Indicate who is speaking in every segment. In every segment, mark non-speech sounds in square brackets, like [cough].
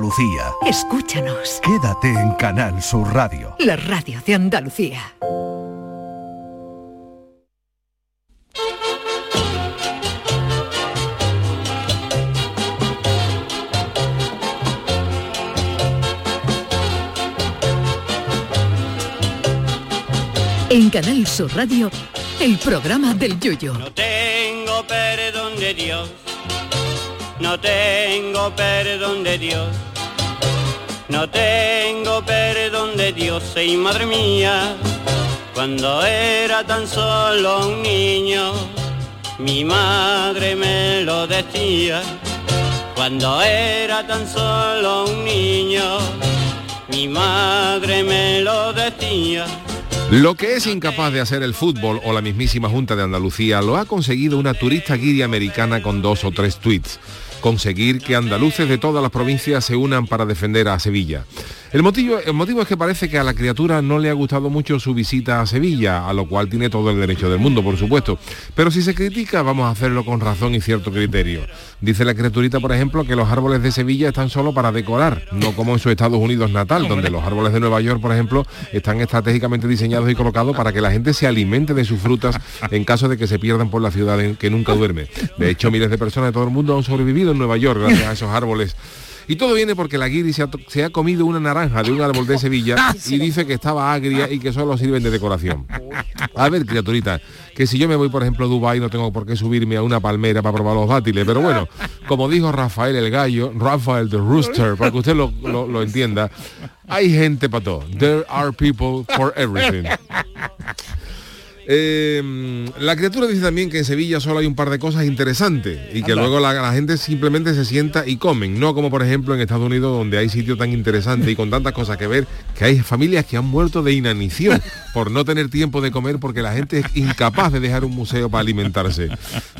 Speaker 1: Andalucía.
Speaker 2: Escúchanos.
Speaker 1: Quédate en Canal Sur Radio.
Speaker 2: La radio de Andalucía. En Canal Sur Radio, el programa del Yoyo.
Speaker 3: No tengo perdón de Dios, no tengo perdón de Dios, no tengo perdón de Dios, y madre mía, cuando era tan solo un niño, mi madre me lo decía, cuando era tan solo un niño, mi madre me lo decía.
Speaker 4: Lo que es incapaz de hacer el fútbol o la mismísima Junta de Andalucía lo ha conseguido una turista guiri americana con dos o tres tweets. Conseguir que andaluces de todas las provincias se unan para defender a Sevilla. El motivo, el motivo es que parece que a la criatura no le ha gustado mucho su visita a Sevilla, a lo cual tiene todo el derecho del mundo, por supuesto. Pero si se critica, vamos a hacerlo con razón y cierto criterio. Dice la criaturita, por ejemplo, que los árboles de Sevilla están solo para decorar, no como en su Estados Unidos natal, donde los árboles de Nueva York, por ejemplo, están estratégicamente diseñados y colocados para que la gente se alimente de sus frutas en caso de que se pierdan por la ciudad en que nunca duerme. De hecho, miles de personas de todo el mundo han sobrevivido en Nueva York gracias a esos árboles y todo viene porque la guiri se ha, se ha, comido una naranja de un árbol de Sevilla y dice que estaba agria y que solo sirven de decoración. A ver, criaturita, que si yo me voy, por ejemplo, a Dubái, no tengo por qué subirme a una palmera para probar los dátiles. Pero bueno, como dijo Rafael el gallo, Rafael the rooster, para que usted lo, lo, lo entienda, hay gente para todo. There are people for everything. Eh, la criatura dice también que en Sevilla solo hay un par de cosas interesantes y que Anda. luego la, la, gente simplemente se sienta y comen, no como por ejemplo en Estados Unidos donde hay sitio tan interesante y con tantas cosas que ver que hay familias que han muerto de inanición por no tener tiempo de comer porque la gente es incapaz de dejar un museo para alimentarse.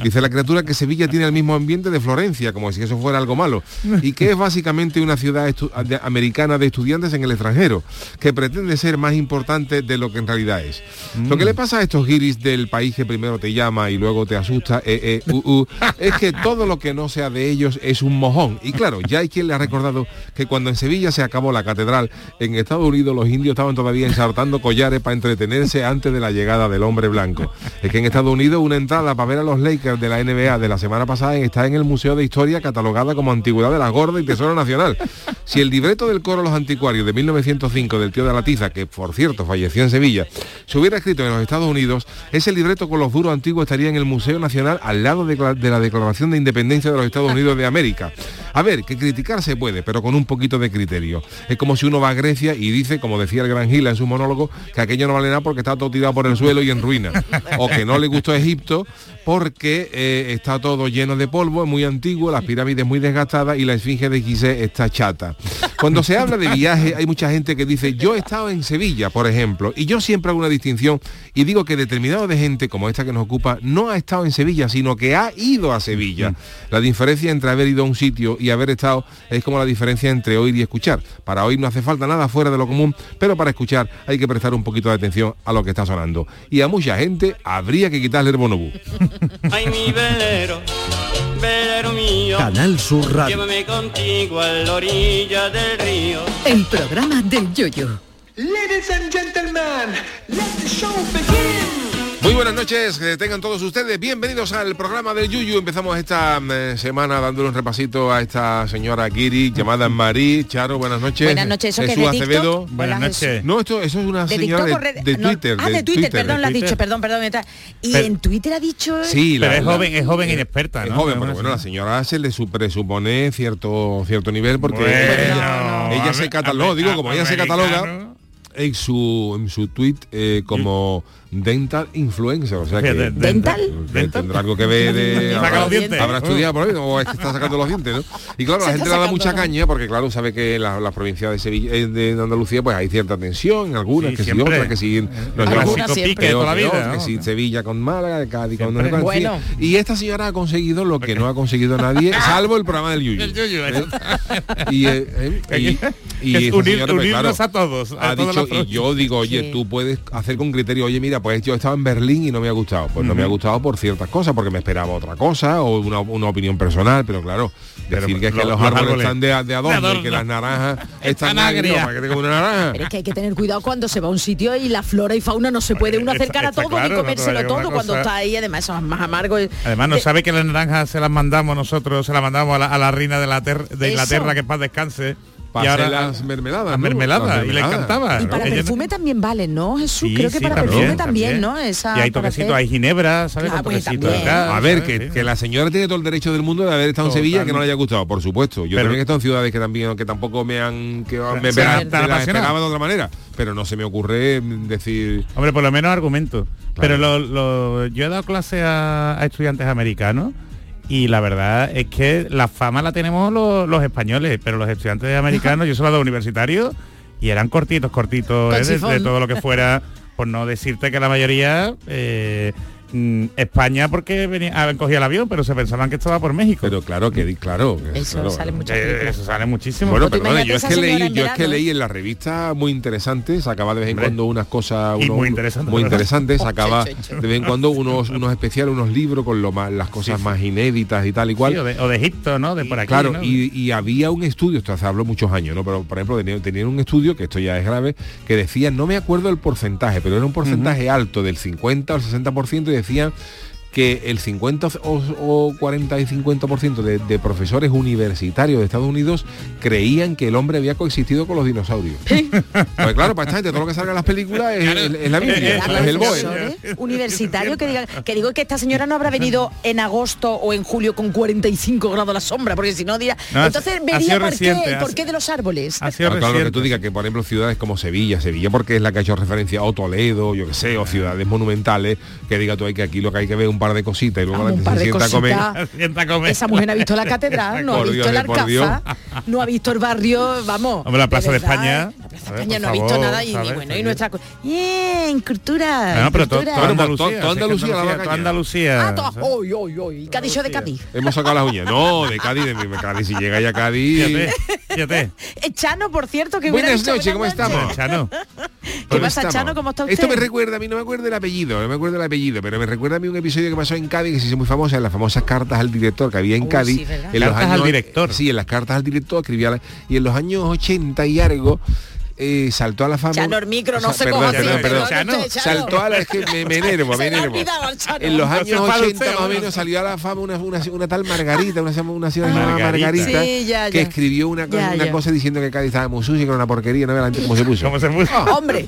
Speaker 4: Dice la criatura que Sevilla tiene el mismo ambiente de Florencia, como si eso fuera algo malo, y que es básicamente una ciudad de, americana de estudiantes en el extranjero, que pretende ser más importante de lo que en realidad es. Mm. Lo que le pasa a esto giris del país que primero te llama y luego te asusta, eh, eh, uh, uh, es que todo lo que no sea de ellos es un mojón. Y claro, ya hay quien le ha recordado que cuando en Sevilla se acabó la catedral, en Estados Unidos los indios estaban todavía ensartando collares para entretenerse antes de la llegada del hombre blanco. Es que en Estados Unidos una entrada para ver a los Lakers de la NBA de la semana pasada está en el Museo de Historia catalogada como Antigüedad de la Gorda y Tesoro Nacional. Si el libreto del coro Los Anticuarios de 1905 del tío de la Tiza, que por cierto falleció en Sevilla, se hubiera escrito en los Estados Unidos, ese libreto con los duros antiguos estaría en el Museo Nacional al lado de, de, la Declaración de Independencia de los Estados Unidos de América. A ver, que criticar se puede, pero con un poquito de criterio. Es como si uno va a Grecia y dice, como decía el gran Gila en su monólogo, que aquello no vale nada porque está todo tirado por el suelo y en ruina. O que no le gustó Egipto porque eh, está todo lleno de polvo, es muy antiguo, las pirámides muy desgastadas y la esfinge de Gizeh está chata. Cuando se habla de viaje, hay mucha gente que dice, yo he estado en Sevilla, por ejemplo, y yo siempre hago una distinción y digo que determinado de gente como esta que nos ocupa no ha estado en Sevilla, sino que ha ido a Sevilla. La diferencia entre haber ido a un sitio y haber estado es como la diferencia entre oír y escuchar. Para oír no hace falta nada fuera de lo común, pero para escuchar hay que prestar un poquito de atención a lo que está sonando. Y a mucha gente habría que quitarle el bonobú.
Speaker 3: Ay, mi velero, velero mío.
Speaker 1: Canal Sur Radio.
Speaker 3: Llévame contigo a la orilla del río.
Speaker 2: El programa del yoyo.
Speaker 5: Ladies and gentlemen, let the show begin.
Speaker 4: Muy buenas noches, que tengan todos ustedes bienvenidos al programa del Yuyu. Empezamos esta eh, semana dándole un repasito a esta señora Kiri llamada Marí. Charo, buenas noches.
Speaker 6: Buenas noches,
Speaker 4: Jesús
Speaker 6: que
Speaker 4: Acevedo.
Speaker 6: TikTok?
Speaker 7: Buenas noches.
Speaker 4: No, esto eso es una
Speaker 6: ¿De
Speaker 4: señora
Speaker 6: TikTok o
Speaker 4: de,
Speaker 6: red-
Speaker 4: de
Speaker 6: no,
Speaker 4: Twitter.
Speaker 6: ah, de Twitter, perdón, lo has
Speaker 7: Twitter.
Speaker 6: dicho, perdón, perdón. está- Y
Speaker 7: Pero-
Speaker 6: en Twitter ha dicho...
Speaker 4: Sí, la,
Speaker 7: Pero es
Speaker 4: la-
Speaker 7: joven, eh, es joven inexperta,
Speaker 4: Es
Speaker 7: ¿no?
Speaker 4: joven,
Speaker 7: Una
Speaker 4: pero bueno, la
Speaker 7: señora-
Speaker 4: señora se le su- presupone cierto cierto nivel porque
Speaker 7: Bueno,
Speaker 4: ella, ella
Speaker 7: amer-
Speaker 4: se cataloga, digo, como ella se cataloga
Speaker 7: americano.
Speaker 4: en su en su tweet eh, como dental influencer, o sea que pues,
Speaker 7: Fíjate,
Speaker 6: ¿Dental?
Speaker 4: que tendrá algo que ver de
Speaker 7: [laughs] Saca
Speaker 4: habrá,
Speaker 7: los dientes. Uh.
Speaker 4: habrá estudiado por ahí o es que está sacando los dientes ¿no? y claro la
Speaker 6: Se está
Speaker 4: gente le da
Speaker 6: sacando
Speaker 4: mucha
Speaker 6: los-
Speaker 4: caña porque claro sabe que la, la provincia de Sevilla eh, de Andalucía pues hay cierta tensión en algunas
Speaker 7: Sí,
Speaker 4: que si
Speaker 7: siempre.
Speaker 4: otras que si no
Speaker 7: El
Speaker 4: es
Speaker 6: Algunas
Speaker 4: algo-
Speaker 7: clásico
Speaker 6: siempre.
Speaker 7: pique de
Speaker 4: Peor,
Speaker 7: toda la
Speaker 4: peor,
Speaker 7: vida.
Speaker 4: que
Speaker 7: ¿no?
Speaker 4: si Sevilla con Málaga, el Cádiz con
Speaker 7: Siempre.
Speaker 4: no sé cuál, en fin.
Speaker 6: Bueno.
Speaker 4: Y esta señora ha conseguido lo que no ha conseguido
Speaker 7: [laughs]
Speaker 4: nadie, salvo el programa del Yuyu.
Speaker 7: El yuyu,
Speaker 4: ¿Eh?
Speaker 7: ¿eh?
Speaker 4: [laughs] Y, eh, eh, y- y
Speaker 7: [laughs] Es
Speaker 4: esta
Speaker 7: unir-
Speaker 4: señora, pues,
Speaker 7: unirnos
Speaker 4: claro,
Speaker 7: a todos, a
Speaker 4: ha
Speaker 7: todas
Speaker 4: dicho, y
Speaker 7: las
Speaker 4: yo digo, oye,
Speaker 6: Sí.
Speaker 4: tú puedes hacer con criterio, oye, mira, pues yo estaba en Berlín y no me ha gustado. Pues no me ha gustado por ciertas cosas, porque me esperaba otra cosa o una, una opinión personal, pero claro, decir que, es que
Speaker 7: lo-
Speaker 4: los,
Speaker 7: los
Speaker 4: árboles,
Speaker 7: árboles.
Speaker 4: están de, de adorno
Speaker 7: De
Speaker 4: y que
Speaker 7: adorno.
Speaker 4: las naranjas están
Speaker 7: Están
Speaker 4: agrias,
Speaker 7: agrias.
Speaker 4: para que tenga una naranja.
Speaker 8: Pero es que hay que tener cuidado cuando se va a un sitio y la flora y fauna no se puede uno
Speaker 7: está-
Speaker 8: acercar a
Speaker 7: está
Speaker 8: todo
Speaker 7: claro,
Speaker 8: ni
Speaker 7: no te
Speaker 8: comérselo
Speaker 7: vaya una
Speaker 8: todo cuando
Speaker 7: cosa-
Speaker 8: está ahí, además eso es más amargo. Eh,
Speaker 7: Además, no
Speaker 8: De-
Speaker 7: sabe que las naranjas se las mandamos nosotros, se las mandamos a la, a la reina de, la ter- de
Speaker 8: Eso.
Speaker 7: Inglaterra, que en paz descanse.
Speaker 4: Para hacer las mermeladas,
Speaker 7: Las
Speaker 4: ¿no?
Speaker 7: mermeladas,
Speaker 4: Las
Speaker 7: y le
Speaker 4: mermeladas.
Speaker 7: encantaba.
Speaker 8: Y para
Speaker 7: Ella-
Speaker 8: perfume también valen, ¿no, Jesús?
Speaker 7: Sí,
Speaker 8: Creo que
Speaker 7: sí,
Speaker 8: para perfume también, ¿no? Esa
Speaker 7: y hay
Speaker 8: para
Speaker 7: toquecitos,
Speaker 8: hacer- [laughs]
Speaker 7: hay ginebra, ¿sabes?
Speaker 8: Claro,
Speaker 7: Con
Speaker 8: pues,
Speaker 7: toquecitos de
Speaker 8: también.
Speaker 7: gas,
Speaker 4: A ver,
Speaker 7: ¿sabes?
Speaker 4: que,
Speaker 7: Sí.
Speaker 4: que la señora tiene todo el derecho del mundo de haber estado en
Speaker 7: Total.
Speaker 4: Sevilla que no le haya gustado, por supuesto. Yo
Speaker 7: Pero-
Speaker 4: también he estado en ciudades que también que tampoco me han que me, me-
Speaker 7: Se han
Speaker 4: me
Speaker 7: tan
Speaker 4: las
Speaker 7: apasionado.
Speaker 4: esperaba de otra manera, pero no se me ocurre mm, decir
Speaker 7: Hombre, por lo menos argumento. Pero lo, lo- yo he dado clase a, a estudiantes americanos y la verdad es que la fama la tenemos los, los españoles, pero los estudiantes americanos, yo solo he dado universitarios y eran cortitos,
Speaker 8: Con
Speaker 7: cortitos, eh, de, de
Speaker 8: sifón.
Speaker 7: todo lo que fuera, por no decirte que la mayoría... eh, mm, España porque venía, habían cogido el avión, pero se pensaban que estaba por México.
Speaker 4: Pero claro que claro. que-
Speaker 8: Eso
Speaker 4: claro,
Speaker 8: sale
Speaker 4: claro.
Speaker 8: muchas
Speaker 7: Eh,
Speaker 8: películas.
Speaker 7: eso sale muchísimo.
Speaker 4: Bueno,
Speaker 8: tú
Speaker 4: perdona,
Speaker 8: imagínate
Speaker 4: yo es
Speaker 8: esa
Speaker 4: que
Speaker 8: señora
Speaker 4: leí,
Speaker 8: en
Speaker 4: yo es que
Speaker 8: verano.
Speaker 4: leí en la revista muy interesante, sacaba de vez en
Speaker 7: Hombre.
Speaker 4: cuando unas cosas
Speaker 7: Y
Speaker 4: unos-
Speaker 7: muy interesante,
Speaker 4: muy
Speaker 7: ¿verdad? [laughs]
Speaker 4: interesantes, sacaba
Speaker 8: Ocho, ocho, ocho.
Speaker 4: de vez en cuando unos unos especiales, unos libros con lo más, las cosas
Speaker 7: Sí, sí.
Speaker 4: más inéditas y tal y cual.
Speaker 7: Sí, o, de, o de Egipto, ¿no? De por aquí.
Speaker 4: claro,
Speaker 7: ¿no?
Speaker 4: y, y había un estudio, esto hace hablo muchos años, ¿no? Pero por ejemplo, tenían tenía un estudio, que esto ya es grave, que decía, no me acuerdo el porcentaje, pero era un porcentaje alto del 50 al 60% y decían que el 50 o, o 40 y 50% de, de profesores universitarios de Estados Unidos creían que el hombre había coexistido con los dinosaurios. [laughs]
Speaker 7: [laughs]
Speaker 4: Pues claro, para esta gente todo lo que salga en las películas es, es- es la Biblia,
Speaker 7: Claro,
Speaker 4: [laughs] es el BOE.
Speaker 7: [laughs]
Speaker 8: profesores universitarios que digan que digo que esta señora no habrá venido en agosto o en julio con 45 grados a la sombra porque si no dirá
Speaker 7: No, ha-
Speaker 8: entonces
Speaker 7: ha
Speaker 8: vería
Speaker 7: sido
Speaker 8: por qué,
Speaker 7: reciente,
Speaker 8: el
Speaker 7: ha
Speaker 8: porqué
Speaker 7: sido-
Speaker 8: de los árboles
Speaker 7: Ha sido
Speaker 4: Claro, claro, lo que
Speaker 7: reciente.
Speaker 4: tú digas, que por ejemplo ciudades como Sevilla, Sevilla porque es la que ha hecho referencia o Toledo, yo que sé, o ciudades monumentales, que diga tú hay que aquí lo que hay que ver es un par de cositas y luego la
Speaker 8: Vamos,
Speaker 4: gente
Speaker 8: un par
Speaker 4: se
Speaker 8: de
Speaker 4: sienta a comer.
Speaker 8: cositas.
Speaker 7: [laughs] Sienta a comer.
Speaker 8: esa mujer no ha visto la catedral no ha
Speaker 4: Por
Speaker 8: visto
Speaker 4: Dios,
Speaker 8: el
Speaker 4: eh, por
Speaker 8: alcázar no ha visto el barrio vamos
Speaker 7: Hombre, la Plaza de
Speaker 8: verdad,
Speaker 7: España.
Speaker 8: la Plaza
Speaker 7: A
Speaker 8: de
Speaker 7: ver,
Speaker 8: España
Speaker 7: por
Speaker 8: no ha visto
Speaker 7: favor,
Speaker 8: nada y, y
Speaker 7: ¿sabes?
Speaker 8: bueno y
Speaker 7: Sí.
Speaker 8: nuestra co- bien cultura
Speaker 7: No, pero to-
Speaker 8: Ah, cultura.
Speaker 7: toda
Speaker 4: Bueno, pues,
Speaker 7: Andalucía,
Speaker 4: toda
Speaker 7: sí, que
Speaker 4: Andalucía la va a
Speaker 7: toda
Speaker 4: cañar.
Speaker 7: Andalucía.
Speaker 8: Ah, to-
Speaker 7: ¿sabes?
Speaker 8: uy, uy, uy. ¿Qué ha dicho de Cádiz?
Speaker 4: Hemos sacado las uñas. No, de Cádiz, de mi de Cádiz, si llega ya Cádiz.
Speaker 7: Fíjate, fíjate.
Speaker 8: Eh, Chano, por cierto, que hubiera
Speaker 4: Buenas
Speaker 8: dicho
Speaker 4: noches, ¿cómo estamos?
Speaker 7: Chano.
Speaker 8: ¿Qué
Speaker 4: ¿Dónde
Speaker 8: pasa,
Speaker 4: estamos?
Speaker 8: Chano? ¿Cómo está usted?
Speaker 4: Esto me recuerda a mí, no me acuerdo el apellido, no me acuerdo el apellido, pero me recuerda a mí un episodio que pasó en Cádiz, que se hizo muy famosa, en las famosas cartas al director que había en
Speaker 8: Uy,
Speaker 4: Cádiz.
Speaker 8: sí,
Speaker 4: en
Speaker 8: ¿verdad?
Speaker 7: Cartas al director.
Speaker 4: Sí, en las cartas al director escribía, la- y en los años 80 y algo... eh, saltó a la fama
Speaker 8: Chano, el micro, no
Speaker 4: O sea,
Speaker 8: se
Speaker 4: perdón,
Speaker 8: coja así,
Speaker 4: perdón,
Speaker 7: perdón,
Speaker 4: perdón.
Speaker 7: Chano.
Speaker 8: Chano.
Speaker 4: saltó a la es que me, me
Speaker 8: [laughs]
Speaker 4: enervo, me
Speaker 8: Se le ha
Speaker 4: enervo.
Speaker 8: olvidado al Chano.
Speaker 4: en los
Speaker 7: No
Speaker 4: años
Speaker 7: sepa usted,
Speaker 4: 80 más o
Speaker 7: hombre.
Speaker 4: menos salió a la fama una, una, una tal Margarita una, una señora llamada
Speaker 7: Margarita.
Speaker 4: Margarita
Speaker 8: Sí, ya, ya.
Speaker 4: que escribió una, co-
Speaker 8: Ya,
Speaker 4: una
Speaker 8: ya.
Speaker 4: cosa diciendo que Cádiz estaba muy sucio y que era una porquería no ve la gente cómo se puso
Speaker 7: ¿Cómo se puso?
Speaker 8: Oh,
Speaker 7: [laughs]
Speaker 8: Hombre,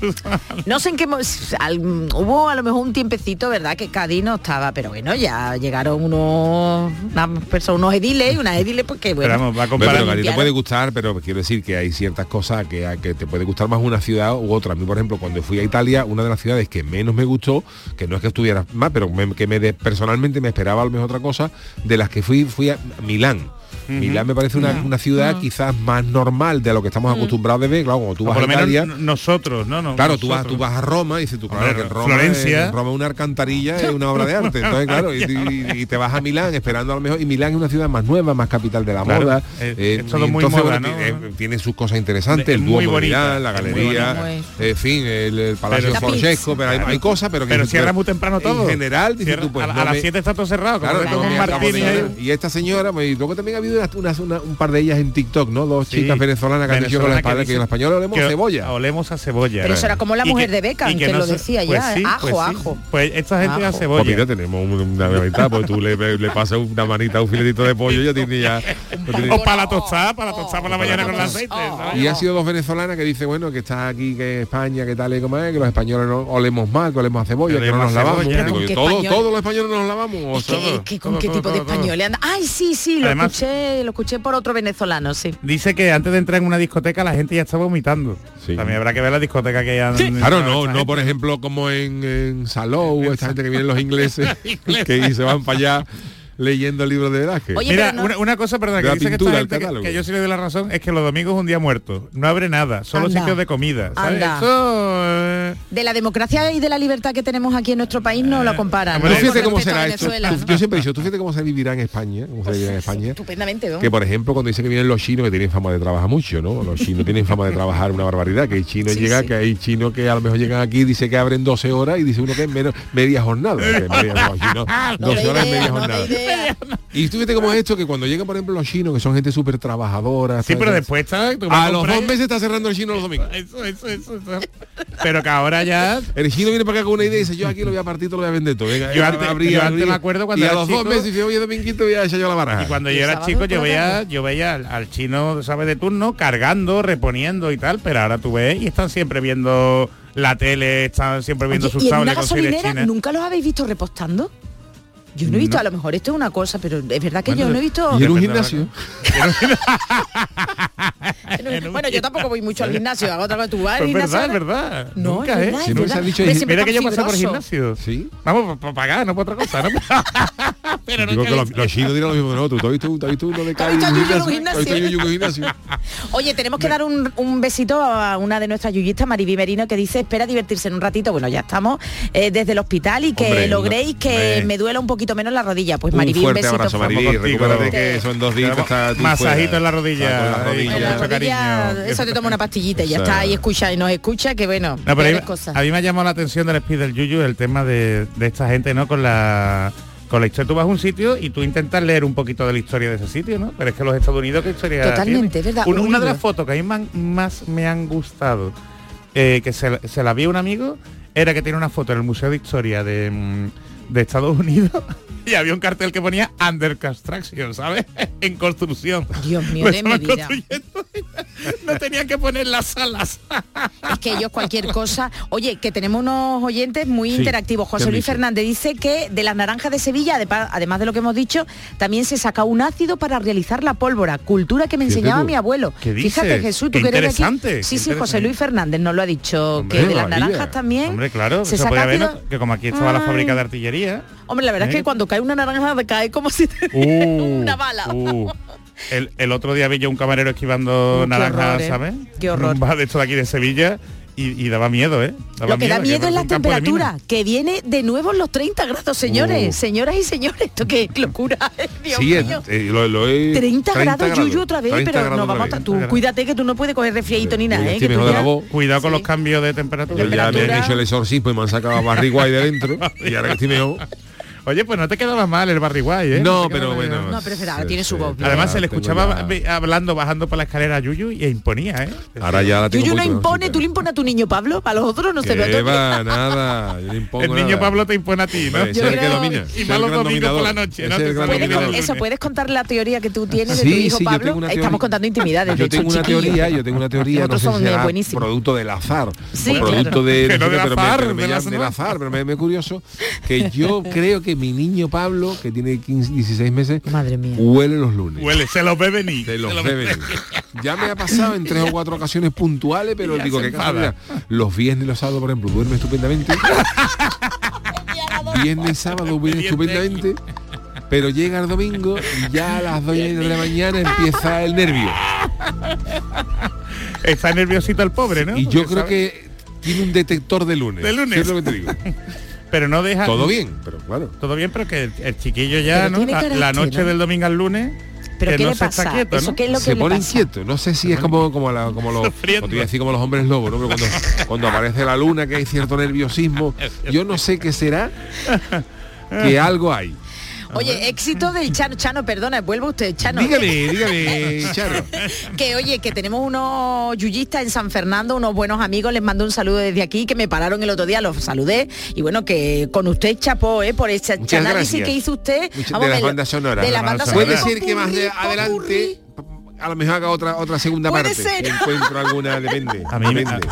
Speaker 8: no sé en qué mo- al- hubo a lo mejor un tiempecito, ¿verdad? Que Cádiz no estaba, pero bueno, ya llegaron unos unas personas, unos ediles, unas ediles porque bueno.
Speaker 7: Pero vamos, va a
Speaker 4: Hombre,
Speaker 7: comparar.
Speaker 4: pero que a ti te
Speaker 8: limpiaron.
Speaker 4: puede gustar, pero quiero decir que hay ciertas cosas que, a- que te puede gustar más una ciudad u otra. A mí, por ejemplo, cuando fui a Italia, una de las ciudades que menos me gustó, que no es que estuviera más, pero me- que me de- personalmente me esperaba a lo mejor otra cosa, de las que fui, fui a Milán. Milán me parece una, una ciudad
Speaker 7: Ah.
Speaker 4: quizás más normal de a lo que estamos acostumbrados de ver. Claro, cuando tú
Speaker 7: O
Speaker 4: vas
Speaker 7: Mm. Ah, por
Speaker 4: a
Speaker 7: lo menos
Speaker 4: Italia,
Speaker 7: n- nosotros, ¿no? No,
Speaker 4: Claro, tú vas, tú
Speaker 7: nosotros.
Speaker 4: vas a Roma y dices tú, claro,
Speaker 7: Hombre,
Speaker 4: que en Roma,
Speaker 7: Florencia.
Speaker 4: en Roma una alcantarilla es una obra de arte. Entonces, claro,
Speaker 7: [laughs]
Speaker 4: y, y- y te vas a Milán esperando a lo mejor. Y Milán es una ciudad más nueva, más capital de la
Speaker 7: Claro,
Speaker 4: moda.
Speaker 7: eh, es todo
Speaker 4: y
Speaker 7: muy moda,
Speaker 4: ti-
Speaker 7: ¿no?
Speaker 4: eh, tiene sus cosas interesantes,
Speaker 7: Es
Speaker 4: el Duomo
Speaker 7: muy
Speaker 4: de Milán,
Speaker 7: bonita,
Speaker 4: la
Speaker 7: es muy
Speaker 4: galería,
Speaker 8: bonita.
Speaker 4: en fin, el, el Palacio
Speaker 7: Pero-
Speaker 4: Forgesco, pero hay,
Speaker 7: Claro.
Speaker 4: hay cosas, pero que
Speaker 7: Pero
Speaker 4: dices tú,
Speaker 7: cierra muy temprano todo.
Speaker 4: En general, dices
Speaker 7: Cierra-
Speaker 4: tú, pues
Speaker 7: a, la-
Speaker 4: no
Speaker 7: a las
Speaker 4: me-
Speaker 7: 7 está todo cerrado. como
Speaker 4: Claro,
Speaker 7: que
Speaker 4: no,
Speaker 7: con
Speaker 4: me acabo de
Speaker 7: Martini
Speaker 4: enterar.
Speaker 7: ahí.
Speaker 4: y esta señora, pues, y luego también ha habido unas- unas- una- un par de ellas en TikTok, ¿no? Dos
Speaker 7: Sí,
Speaker 4: chicas venezolanas que han dicho con la
Speaker 7: venezolana
Speaker 4: espalda que
Speaker 7: dice
Speaker 4: en español olemos
Speaker 7: que
Speaker 4: cebolla.
Speaker 7: Olemos a cebolla.
Speaker 8: Pero eso era como la
Speaker 7: Y
Speaker 8: mujer
Speaker 7: que-
Speaker 8: de Beckham,
Speaker 7: y
Speaker 8: que lo
Speaker 7: se-
Speaker 8: decía
Speaker 7: pues
Speaker 8: ya, ¿eh?
Speaker 7: sí,
Speaker 8: ajo,
Speaker 7: pues sí.
Speaker 8: ajo.
Speaker 7: Pues esta gente es a
Speaker 8: Ajo.
Speaker 7: cebolla.
Speaker 4: Pues mira, tenemos un- una ventaja, pues tú le, le pasas una manita, un filetito de pollo y ya tiene ya... lo tiene-
Speaker 7: O para la tostada, para la
Speaker 8: Oh.
Speaker 7: tostada por la mañana con el aceite.
Speaker 4: Y
Speaker 7: ¿sabes?
Speaker 4: ha sido dos venezolanas que dice bueno, que está aquí, que España, que tal y como es, que los españoles no olemos mal, que olemos a cebolla, que no
Speaker 7: Olemos
Speaker 4: nos
Speaker 7: a
Speaker 4: lavamos.
Speaker 7: cebolla.
Speaker 4: Digo,
Speaker 8: ¿Con qué
Speaker 4: todos,
Speaker 8: español?
Speaker 4: todos los españoles nos lavamos. o
Speaker 8: Es que-
Speaker 4: sea,
Speaker 8: es que con
Speaker 7: todo,
Speaker 8: qué
Speaker 7: todo,
Speaker 8: tipo de
Speaker 7: todo, todo.
Speaker 8: español le anda. Ay, sí, sí, lo
Speaker 7: Además-
Speaker 8: escuché, lo escuché por otro venezolano, sí.
Speaker 7: Dice que antes de entrar en una discoteca la gente ya está vomitando.
Speaker 4: Sí.
Speaker 7: También habrá que ver la discoteca que ya...
Speaker 4: Claro, no, no por ejemplo como en, en Salou, esta gente que vienen los [laughs] ingleses que y se van para allá leyendo el libro de Velázquez.
Speaker 8: Oye,
Speaker 7: Mira,
Speaker 8: pero no-
Speaker 7: una, una cosa, perdón,
Speaker 4: De
Speaker 7: que
Speaker 4: la
Speaker 7: dice que,
Speaker 4: pintura
Speaker 7: esta
Speaker 4: al
Speaker 7: gente que-
Speaker 4: catálogo.
Speaker 7: que yo sí le doy la razón, es que los domingos es un día muerto. No abre nada, solo
Speaker 8: Anda.
Speaker 7: sitios de comida. ¿sabes?
Speaker 8: Anda.
Speaker 7: Eso, eh, eh,
Speaker 8: De la democracia y de la libertad que tenemos aquí en nuestro país no lo comparan.
Speaker 7: hombre,
Speaker 8: ¿no?
Speaker 4: Tú
Speaker 7: con
Speaker 4: fíjate
Speaker 8: Con
Speaker 4: cómo
Speaker 8: respecto a
Speaker 4: será esto.
Speaker 8: Venezuela,
Speaker 4: Tú-
Speaker 8: ¿no?
Speaker 4: Yo siempre he dicho, tú fíjate cómo se vivirá en España, cómo se vivirá en España.
Speaker 8: Estupendamente, ¿no?
Speaker 4: Que por ejemplo cuando dice que vienen los chinos que tienen fama de trabajar mucho, ¿no? Los chinos tienen fama de trabajar una barbaridad, que hay chinos
Speaker 8: Sí,
Speaker 4: llega,
Speaker 8: sí.
Speaker 4: que hay chinos que a lo mejor llegan aquí, dice que abren 12 horas y dice uno que es menos media
Speaker 7: [laughs]
Speaker 4: jornada. que media- los chinos,
Speaker 8: No
Speaker 4: 12
Speaker 8: de
Speaker 4: horas es
Speaker 8: idea,
Speaker 4: media
Speaker 8: no de
Speaker 4: jornada.
Speaker 8: idea.
Speaker 4: Y tú viste cómo es esto, que cuando llegan, por ejemplo, los chinos, que son gente súper trabajadora.
Speaker 7: sí,
Speaker 4: ¿sabes?
Speaker 7: pero después está... tú me
Speaker 4: A los
Speaker 7: compras-
Speaker 4: dos meses está cerrando el chino los domingos.
Speaker 7: Eso, eso, eso,
Speaker 8: [laughs]
Speaker 7: eso. Pero que ahora ya...
Speaker 4: El chino viene para acá con una idea y dice, yo aquí lo voy a partir, todo lo voy a vender todo. Venga,
Speaker 7: Yo
Speaker 4: eh,
Speaker 7: antes-
Speaker 4: abrí,
Speaker 7: yo
Speaker 4: abrí.
Speaker 7: antes me acuerdo cuando
Speaker 4: Y a
Speaker 7: era
Speaker 4: los dos
Speaker 7: chico-
Speaker 4: meses dice, oye, dominguito voy a echar yo la baraja.
Speaker 7: Y cuando
Speaker 8: Y
Speaker 7: yo era
Speaker 8: sábado
Speaker 7: chico yo
Speaker 8: por la
Speaker 7: veía,
Speaker 8: tarde.
Speaker 7: yo veía al, al chino, ¿sabes? De turno, cargando, reponiendo y tal, pero ahora tú ves y están siempre viendo la tele, están siempre viendo
Speaker 8: Oye,
Speaker 7: sus
Speaker 8: y en una
Speaker 7: tablets con series
Speaker 8: gasolinera
Speaker 7: chinas.
Speaker 8: nunca los habéis visto repostando. Yo no he visto, a lo mejor esto es una cosa, pero es verdad que yo
Speaker 7: Bueno,
Speaker 8: no he visto. [laughs]
Speaker 4: Y en un
Speaker 7: Depende de la-
Speaker 4: gimnasio.
Speaker 8: bueno, yo tampoco voy
Speaker 7: [laughs]
Speaker 8: mucho al gimnasio, hago otra cosa. Tú vas al
Speaker 7: Pues es
Speaker 8: gimnasio
Speaker 7: verdad, es
Speaker 8: ahora?
Speaker 7: verdad.
Speaker 8: No,
Speaker 7: nunca,
Speaker 8: es
Speaker 7: ¿eh?
Speaker 8: verdad,
Speaker 4: Si
Speaker 8: es
Speaker 4: no
Speaker 8: verdad.
Speaker 4: se ha dicho
Speaker 8: Hombre,
Speaker 4: ahí.
Speaker 8: siempre
Speaker 7: Mira
Speaker 8: está
Speaker 7: que yo paso por
Speaker 8: fibroso.
Speaker 7: gimnasio.
Speaker 4: Sí.
Speaker 7: Vamos, para pagar, no por otra cosa, ¿no? pero
Speaker 4: Digo que
Speaker 7: nunca
Speaker 4: los,
Speaker 7: le-
Speaker 4: los chinos dirán lo mismo que nosotros. ¿Tú has visto, tú has visto uno de cada
Speaker 8: visto a Yuyu en un
Speaker 4: ¿Tú has visto a Yuyu en un gimnasio?
Speaker 8: Oye, tenemos que dar un, un besito a una de nuestras yuyistas, Mariví Merino, que dice, espera divertirse en un ratito. Bueno, ya estamos eh, desde el hospital y que
Speaker 4: Hombre,
Speaker 8: logréis
Speaker 4: no,
Speaker 8: que
Speaker 4: hombre.
Speaker 8: me duela un poquito menos la rodilla. Pues
Speaker 4: Un
Speaker 8: Mariví, un,
Speaker 4: fuerte
Speaker 8: besito.
Speaker 4: abrazo, Mariví.
Speaker 7: Estamos contigo.
Speaker 4: Recuérdate que son dos días. que está tú
Speaker 7: Masajito
Speaker 4: fuera.
Speaker 7: en la rodilla.
Speaker 4: Está con la
Speaker 7: Ahí,
Speaker 4: rodilla.
Speaker 8: En la
Speaker 7: Mucho
Speaker 8: rodilla,
Speaker 7: cariño.
Speaker 8: eso te toma una pastillita y ya
Speaker 4: O sea.
Speaker 8: está, y escucha, y nos escucha, que bueno,
Speaker 7: No, pero a
Speaker 8: peores
Speaker 7: mí-
Speaker 8: cosas.
Speaker 7: a mí me ha llamado la atención del speed del Yuyu el tema de, de esta gente, ¿no? Con la con la historia. Tú vas a un sitio y tú intentas leer un poquito de la historia de ese sitio, ¿no? Pero es que los Estados Unidos, ¿qué historia
Speaker 8: Totalmente,
Speaker 7: tienen?
Speaker 8: es verdad,
Speaker 7: Una,
Speaker 8: un
Speaker 7: una de
Speaker 8: libro.
Speaker 7: las fotos que a mí man- más me han gustado, eh, que se, la- se la vi a un amigo, era que tiene una foto en el Museo de Historia de, mm, de Estados Unidos. [laughs] Y había un cartel que ponía under construction, ¿sabes? [laughs] En construcción.
Speaker 8: Dios mío
Speaker 7: Lo
Speaker 8: de mi
Speaker 7: estaban
Speaker 8: vida.
Speaker 7: construyendo. [laughs] No tenía que poner las salas.
Speaker 8: Es que ellos cualquier cosa. Oye, que tenemos unos oyentes muy
Speaker 4: Sí,
Speaker 8: interactivos.
Speaker 4: ¿qué
Speaker 8: José
Speaker 4: han
Speaker 8: Luis
Speaker 4: dicho?
Speaker 8: Fernández dice que de las naranjas de Sevilla, de pa- además de lo que hemos dicho, también se saca un ácido para realizar la pólvora, cultura que me
Speaker 4: Fíjate
Speaker 8: enseñaba
Speaker 4: tú.
Speaker 8: mi abuelo.
Speaker 7: ¿Qué dices?
Speaker 8: Fíjate, Jesús, tú
Speaker 7: Qué
Speaker 8: que eres de aquí.
Speaker 7: interesante,
Speaker 8: Sí,
Speaker 7: qué
Speaker 8: sí, José
Speaker 7: interesante.
Speaker 8: Luis Fernández nos lo ha dicho,
Speaker 7: Hombre,
Speaker 8: que de las
Speaker 4: maravilla.
Speaker 8: naranjas también.
Speaker 7: Hombre, claro,
Speaker 8: se
Speaker 7: se,
Speaker 8: saca
Speaker 7: podía ver
Speaker 8: ácido-
Speaker 7: ¿no? que como aquí estaba la fábrica de
Speaker 8: Ay.
Speaker 7: artillería.
Speaker 8: Hombre, la verdad es
Speaker 7: ¿Eh?
Speaker 8: que cuando cae una naranja cae como si te [laughs]
Speaker 7: Uh,
Speaker 8: una bala.
Speaker 7: uh. El, el otro día vi yo un camarero esquivando
Speaker 8: Uh, qué
Speaker 7: naranjas,
Speaker 8: horror, ¿eh?
Speaker 7: ¿sabes?
Speaker 8: Qué horror.
Speaker 7: Un bar de esto de aquí de Sevilla y, y daba miedo, ¿eh? Daba
Speaker 8: Lo que da miedo
Speaker 7: parece
Speaker 8: es la
Speaker 7: un campo de
Speaker 8: temperatura,
Speaker 7: minas.
Speaker 8: que viene de nuevo en los 30 grados, señores,
Speaker 7: Uh.
Speaker 8: señoras y señores. Esto qué locura, [laughs] Dios
Speaker 4: Sí,
Speaker 8: mío.
Speaker 4: eh, eh, lo, lo he-
Speaker 8: 30, grados, Yuyu, otra vez,
Speaker 4: 30
Speaker 8: pero
Speaker 4: grados
Speaker 8: no
Speaker 4: otra
Speaker 8: vamos
Speaker 4: vez.
Speaker 8: a... Tú
Speaker 7: grados.
Speaker 8: cuídate que tú no puedes coger resfriadito ni nada,
Speaker 4: Yo ya
Speaker 8: ¿eh?
Speaker 4: estoy
Speaker 8: Que tú
Speaker 4: mejor de
Speaker 8: ya-
Speaker 4: la voz.
Speaker 7: Oh, Cuidado con
Speaker 8: Sí.
Speaker 7: los cambios de temperatura.
Speaker 4: Yo ya me han hecho el exorcismo y me han sacado barriguay de
Speaker 7: [laughs]
Speaker 4: dentro. Y ahora que estoy mejor.
Speaker 7: Oye, pues no te quedaba mal el Barry White, ¿eh?
Speaker 4: No,
Speaker 7: te
Speaker 4: pero
Speaker 7: quedaba
Speaker 4: bueno.
Speaker 7: mal.
Speaker 8: No, pero es verdad,
Speaker 4: sí,
Speaker 8: tiene su
Speaker 4: sí,
Speaker 8: voz.
Speaker 4: ya
Speaker 7: Además se le
Speaker 4: tengo
Speaker 7: escuchaba
Speaker 4: ya- Ah,
Speaker 7: be- hablando, bajando por la escalera a Yuyu y imponía, ¿eh?
Speaker 4: Ahora ya la tengo
Speaker 8: Yuyu
Speaker 4: muy
Speaker 8: no impone,
Speaker 4: conocida.
Speaker 8: tú le impones a tu niño Pablo, a los otros no se lo
Speaker 4: Que
Speaker 8: toques.
Speaker 4: va, nada. Yo no impongo
Speaker 7: El niño
Speaker 4: nada.
Speaker 7: Pablo te impone a ti, ¿no?
Speaker 4: Hombre, ese es el que
Speaker 8: creo-
Speaker 4: domina.
Speaker 7: Y
Speaker 4: ese es el
Speaker 7: malos
Speaker 4: gran
Speaker 7: domingos por
Speaker 4: dominador,
Speaker 7: la noche,
Speaker 4: ese
Speaker 7: ¿no?
Speaker 4: es el
Speaker 7: Te
Speaker 4: gran
Speaker 7: sale
Speaker 8: ¿Puedes,
Speaker 7: Mira,
Speaker 8: con-
Speaker 4: dominador.
Speaker 7: lunes.
Speaker 8: eso, ¿puedes contar la teoría que tú tienes de tu
Speaker 4: Sí,
Speaker 8: hijo
Speaker 4: sí, yo
Speaker 8: Pablo?
Speaker 4: tengo una
Speaker 8: Estamos
Speaker 4: teoría.
Speaker 8: contando intimidades. de
Speaker 4: Yo
Speaker 8: hecho,
Speaker 4: tengo una
Speaker 8: chiquillo.
Speaker 4: teoría, yo tengo una teoría, no
Speaker 8: Nosotros
Speaker 4: sé si
Speaker 8: somos
Speaker 4: será
Speaker 8: buenísimos.
Speaker 4: producto del azar,
Speaker 8: Sí,
Speaker 4: o
Speaker 8: claro.
Speaker 4: producto de,
Speaker 7: Que no
Speaker 4: sé qué,
Speaker 7: del
Speaker 4: pero me-
Speaker 7: azar,
Speaker 4: pero me
Speaker 7: del
Speaker 4: llama-
Speaker 7: azar.
Speaker 4: del azar, pero me, me es curioso
Speaker 8: [laughs]
Speaker 4: que yo creo que mi niño Pablo, que tiene 15, 16 meses,
Speaker 8: Madre mía.
Speaker 4: huele los lunes.
Speaker 7: Huele, se los bebe ni.
Speaker 4: Se los
Speaker 7: se los
Speaker 4: bebe. Ya me ha pasado en tres o cuatro ocasiones puntuales, pero
Speaker 7: Ya
Speaker 4: digo
Speaker 7: se
Speaker 4: que
Speaker 7: enfada.
Speaker 4: los viernes y los sábados, por ejemplo, duerme
Speaker 7: [laughs]
Speaker 4: estupendamente. viernes y sábado duerme estupendamente. Pero llega el domingo y ya a las 2 de la mañana empieza el nervio.
Speaker 7: Está nerviosito el pobre, ¿no?
Speaker 4: Y yo
Speaker 7: Porque
Speaker 4: creo
Speaker 7: sabe-
Speaker 4: que tiene un detector de lunes.
Speaker 7: De lunes.
Speaker 4: ¿Sabes lo que te
Speaker 7: [laughs]
Speaker 4: digo?
Speaker 7: Pero no deja...
Speaker 4: Todo bien, pero claro.
Speaker 7: Todo bien, pero que el, el chiquillo ya,
Speaker 8: Pero
Speaker 7: ¿no?
Speaker 8: tiene
Speaker 7: La,
Speaker 8: carácter,
Speaker 7: la noche
Speaker 8: ¿no?
Speaker 7: del domingo al lunes...
Speaker 8: ¿Pero
Speaker 7: que
Speaker 8: qué
Speaker 7: no
Speaker 8: le
Speaker 7: se está
Speaker 8: pasa?
Speaker 7: quieto, ¿no?
Speaker 8: ¿Eso qué es lo que
Speaker 4: Se
Speaker 8: le
Speaker 4: pone
Speaker 8: pasa?
Speaker 4: inquieto. No sé si es como, como, la, como los...
Speaker 7: [laughs] Sufriendo.
Speaker 4: como te iba a decir, como los hombres lobos, ¿no? Pero
Speaker 7: [laughs]
Speaker 4: cuando, cuando aparece la luna, que hay cierto nerviosismo. Yo no sé qué será,
Speaker 7: [laughs]
Speaker 4: que algo hay.
Speaker 8: Oye, éxito del Chano, Chano, perdona, vuelvo usted, Chano.
Speaker 4: Dígame, dígame,
Speaker 8: [laughs]
Speaker 4: Charo.
Speaker 8: Que oye, que tenemos unos yuyistas en San Fernando, unos buenos amigos, les mando un saludo desde aquí, que me pararon el otro día, los saludé. Y bueno, que con usted chapó, ¿eh? Por ese
Speaker 4: Muchas
Speaker 8: análisis
Speaker 4: gracias.
Speaker 8: que hizo usted.
Speaker 4: Muchas-
Speaker 8: Vamos,
Speaker 4: de las
Speaker 8: lo-
Speaker 4: bandas sonoras.
Speaker 8: De las
Speaker 7: No,
Speaker 8: bandas
Speaker 7: no,
Speaker 4: Puede
Speaker 8: sonoras.
Speaker 4: ser que más de
Speaker 8: Popurrí, popurrí.
Speaker 4: adelante... A lo mejor haga otra otra segunda
Speaker 8: Puede
Speaker 4: parte.
Speaker 8: ser.
Speaker 4: que Encuentro alguna, depende.
Speaker 7: A mí, me- a,
Speaker 4: depende.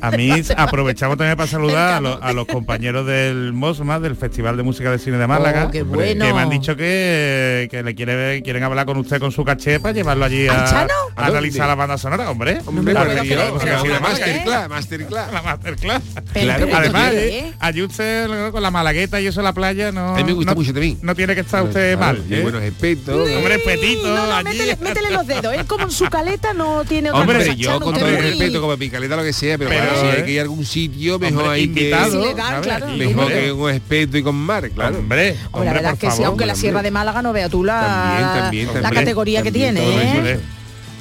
Speaker 7: a mí aprovechamos también para saludar a,
Speaker 8: Cercano.
Speaker 7: los- a los compañeros del MOSMA, del Festival de Música de Cine de Málaga,
Speaker 8: Oh, qué
Speaker 7: hombre,
Speaker 8: bueno.
Speaker 7: que me han dicho que, que le quiere, quieren hablar con usted con su caché para llevarlo allí
Speaker 8: ¿Al
Speaker 7: a,
Speaker 8: Chano?
Speaker 7: a analizar la banda sonora, hombre.
Speaker 4: Hombre,
Speaker 7: La
Speaker 4: por
Speaker 7: Festival de
Speaker 4: Dios,
Speaker 7: Música de
Speaker 4: pero
Speaker 7: Cine de
Speaker 4: una
Speaker 7: Málaga,
Speaker 4: masterclass,
Speaker 7: ¿eh?
Speaker 4: masterclass. [laughs]
Speaker 7: La masterclass.
Speaker 8: Pero,
Speaker 4: Claro,
Speaker 8: pero,
Speaker 7: Además,
Speaker 8: ¿qué?
Speaker 7: eh, allí usted lo- con la malagueta y eso en la playa no.
Speaker 4: A mí me gusta
Speaker 7: no-
Speaker 4: mucho también.
Speaker 7: No tiene que estar usted
Speaker 4: Claro,
Speaker 7: mal.
Speaker 4: y
Speaker 7: ¿eh?
Speaker 4: Buenos respetos.
Speaker 7: Hombre, petito,
Speaker 8: No, no,
Speaker 7: allí.
Speaker 8: métele, métele los dedos. Él como en su caleta no tiene otra
Speaker 4: Hombre,
Speaker 8: cosa.
Speaker 4: yo
Speaker 8: Chano,
Speaker 4: con todo el
Speaker 8: popurrí.
Speaker 4: respeto, como picaleta lo que sea, pero,
Speaker 7: Pero
Speaker 4: claro,
Speaker 7: claro,
Speaker 4: si hay
Speaker 7: ¿eh?
Speaker 4: que ir a algún sitio, mejor
Speaker 7: Hombre,
Speaker 4: ahí que-
Speaker 7: invitado,
Speaker 8: Sí, legal,
Speaker 7: ¿sabes?
Speaker 8: claro.
Speaker 7: Aquí,
Speaker 4: Mejor
Speaker 7: hombre,
Speaker 4: que un espeto y con mar, claro.
Speaker 7: Hombre,
Speaker 8: Hombre, la
Speaker 7: hombre,
Speaker 8: verdad
Speaker 7: por
Speaker 8: es que sí,
Speaker 7: favor,
Speaker 8: aunque la
Speaker 7: hombre.
Speaker 8: sierra de Málaga no vea tú la,
Speaker 4: También, también,
Speaker 8: la
Speaker 4: también.
Speaker 8: categoría
Speaker 4: También
Speaker 8: que
Speaker 4: todo
Speaker 8: tiene.
Speaker 4: eso,
Speaker 8: ¿eh?
Speaker 4: ¿eh?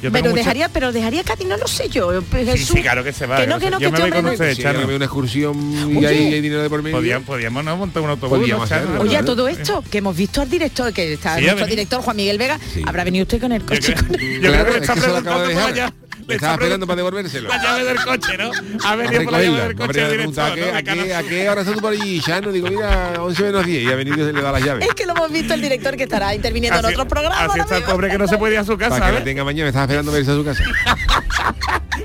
Speaker 7: Yo tengo
Speaker 8: Pero
Speaker 7: mucho-
Speaker 8: dejaría, pero dejaría Cádiz, no lo sé yo. eh, Jesús.
Speaker 7: sí, claro que se va,
Speaker 8: Que no,
Speaker 7: que
Speaker 8: que no,
Speaker 7: se- yo
Speaker 8: que
Speaker 7: me
Speaker 8: yo
Speaker 7: voy
Speaker 8: me
Speaker 7: con
Speaker 8: no-
Speaker 7: ustedes.
Speaker 4: Si hay una excursión y
Speaker 8: Oye.
Speaker 4: ahí hay dinero de por medio.
Speaker 7: Podíamos, podíamos ¿no? montar un autobús.
Speaker 4: Podíamos
Speaker 7: ¿no, Chano?
Speaker 4: hacerlo,
Speaker 8: Oye, a
Speaker 4: claro.
Speaker 8: todo esto, que hemos visto al director, que está
Speaker 7: Sí, ha
Speaker 8: nuestro
Speaker 7: venido.
Speaker 8: director Juan Miguel Vega,
Speaker 4: Sí.
Speaker 8: habrá venido usted con el
Speaker 7: Yo
Speaker 8: coche.
Speaker 7: creo,
Speaker 8: con-
Speaker 7: [laughs] yo creo
Speaker 4: Claro,
Speaker 7: que le
Speaker 4: es
Speaker 7: está
Speaker 4: que se lo acaba
Speaker 7: preguntando
Speaker 4: de
Speaker 7: por
Speaker 4: dejar.
Speaker 7: allá.
Speaker 4: Le estaba esperando para devolvérselo.
Speaker 7: La llave del coche, ¿no? Ha
Speaker 4: A
Speaker 7: venido por la
Speaker 4: recogerla.
Speaker 7: llave del
Speaker 4: Me
Speaker 7: coche
Speaker 4: habría
Speaker 7: al
Speaker 4: preguntado,
Speaker 7: director,
Speaker 4: ¿a
Speaker 7: ¿no?
Speaker 4: qué-
Speaker 7: De
Speaker 4: a
Speaker 7: Canal
Speaker 4: qué- ¿A
Speaker 7: Sur.
Speaker 4: qué hora está tú por allí? Ya no digo, mira, 11 menos 10. Y ha venido y se le da las
Speaker 7: [laughs]
Speaker 4: llaves.
Speaker 8: Es que lo hemos visto el director que estará interviniendo en otros programas.
Speaker 7: así
Speaker 8: ahora
Speaker 7: está el
Speaker 8: mismo.
Speaker 7: pobre que no se puede ir a su casa, ¿eh?
Speaker 4: Para que la
Speaker 7: ¿sabes?
Speaker 4: tenga mañana, estaba esperando verse a su casa.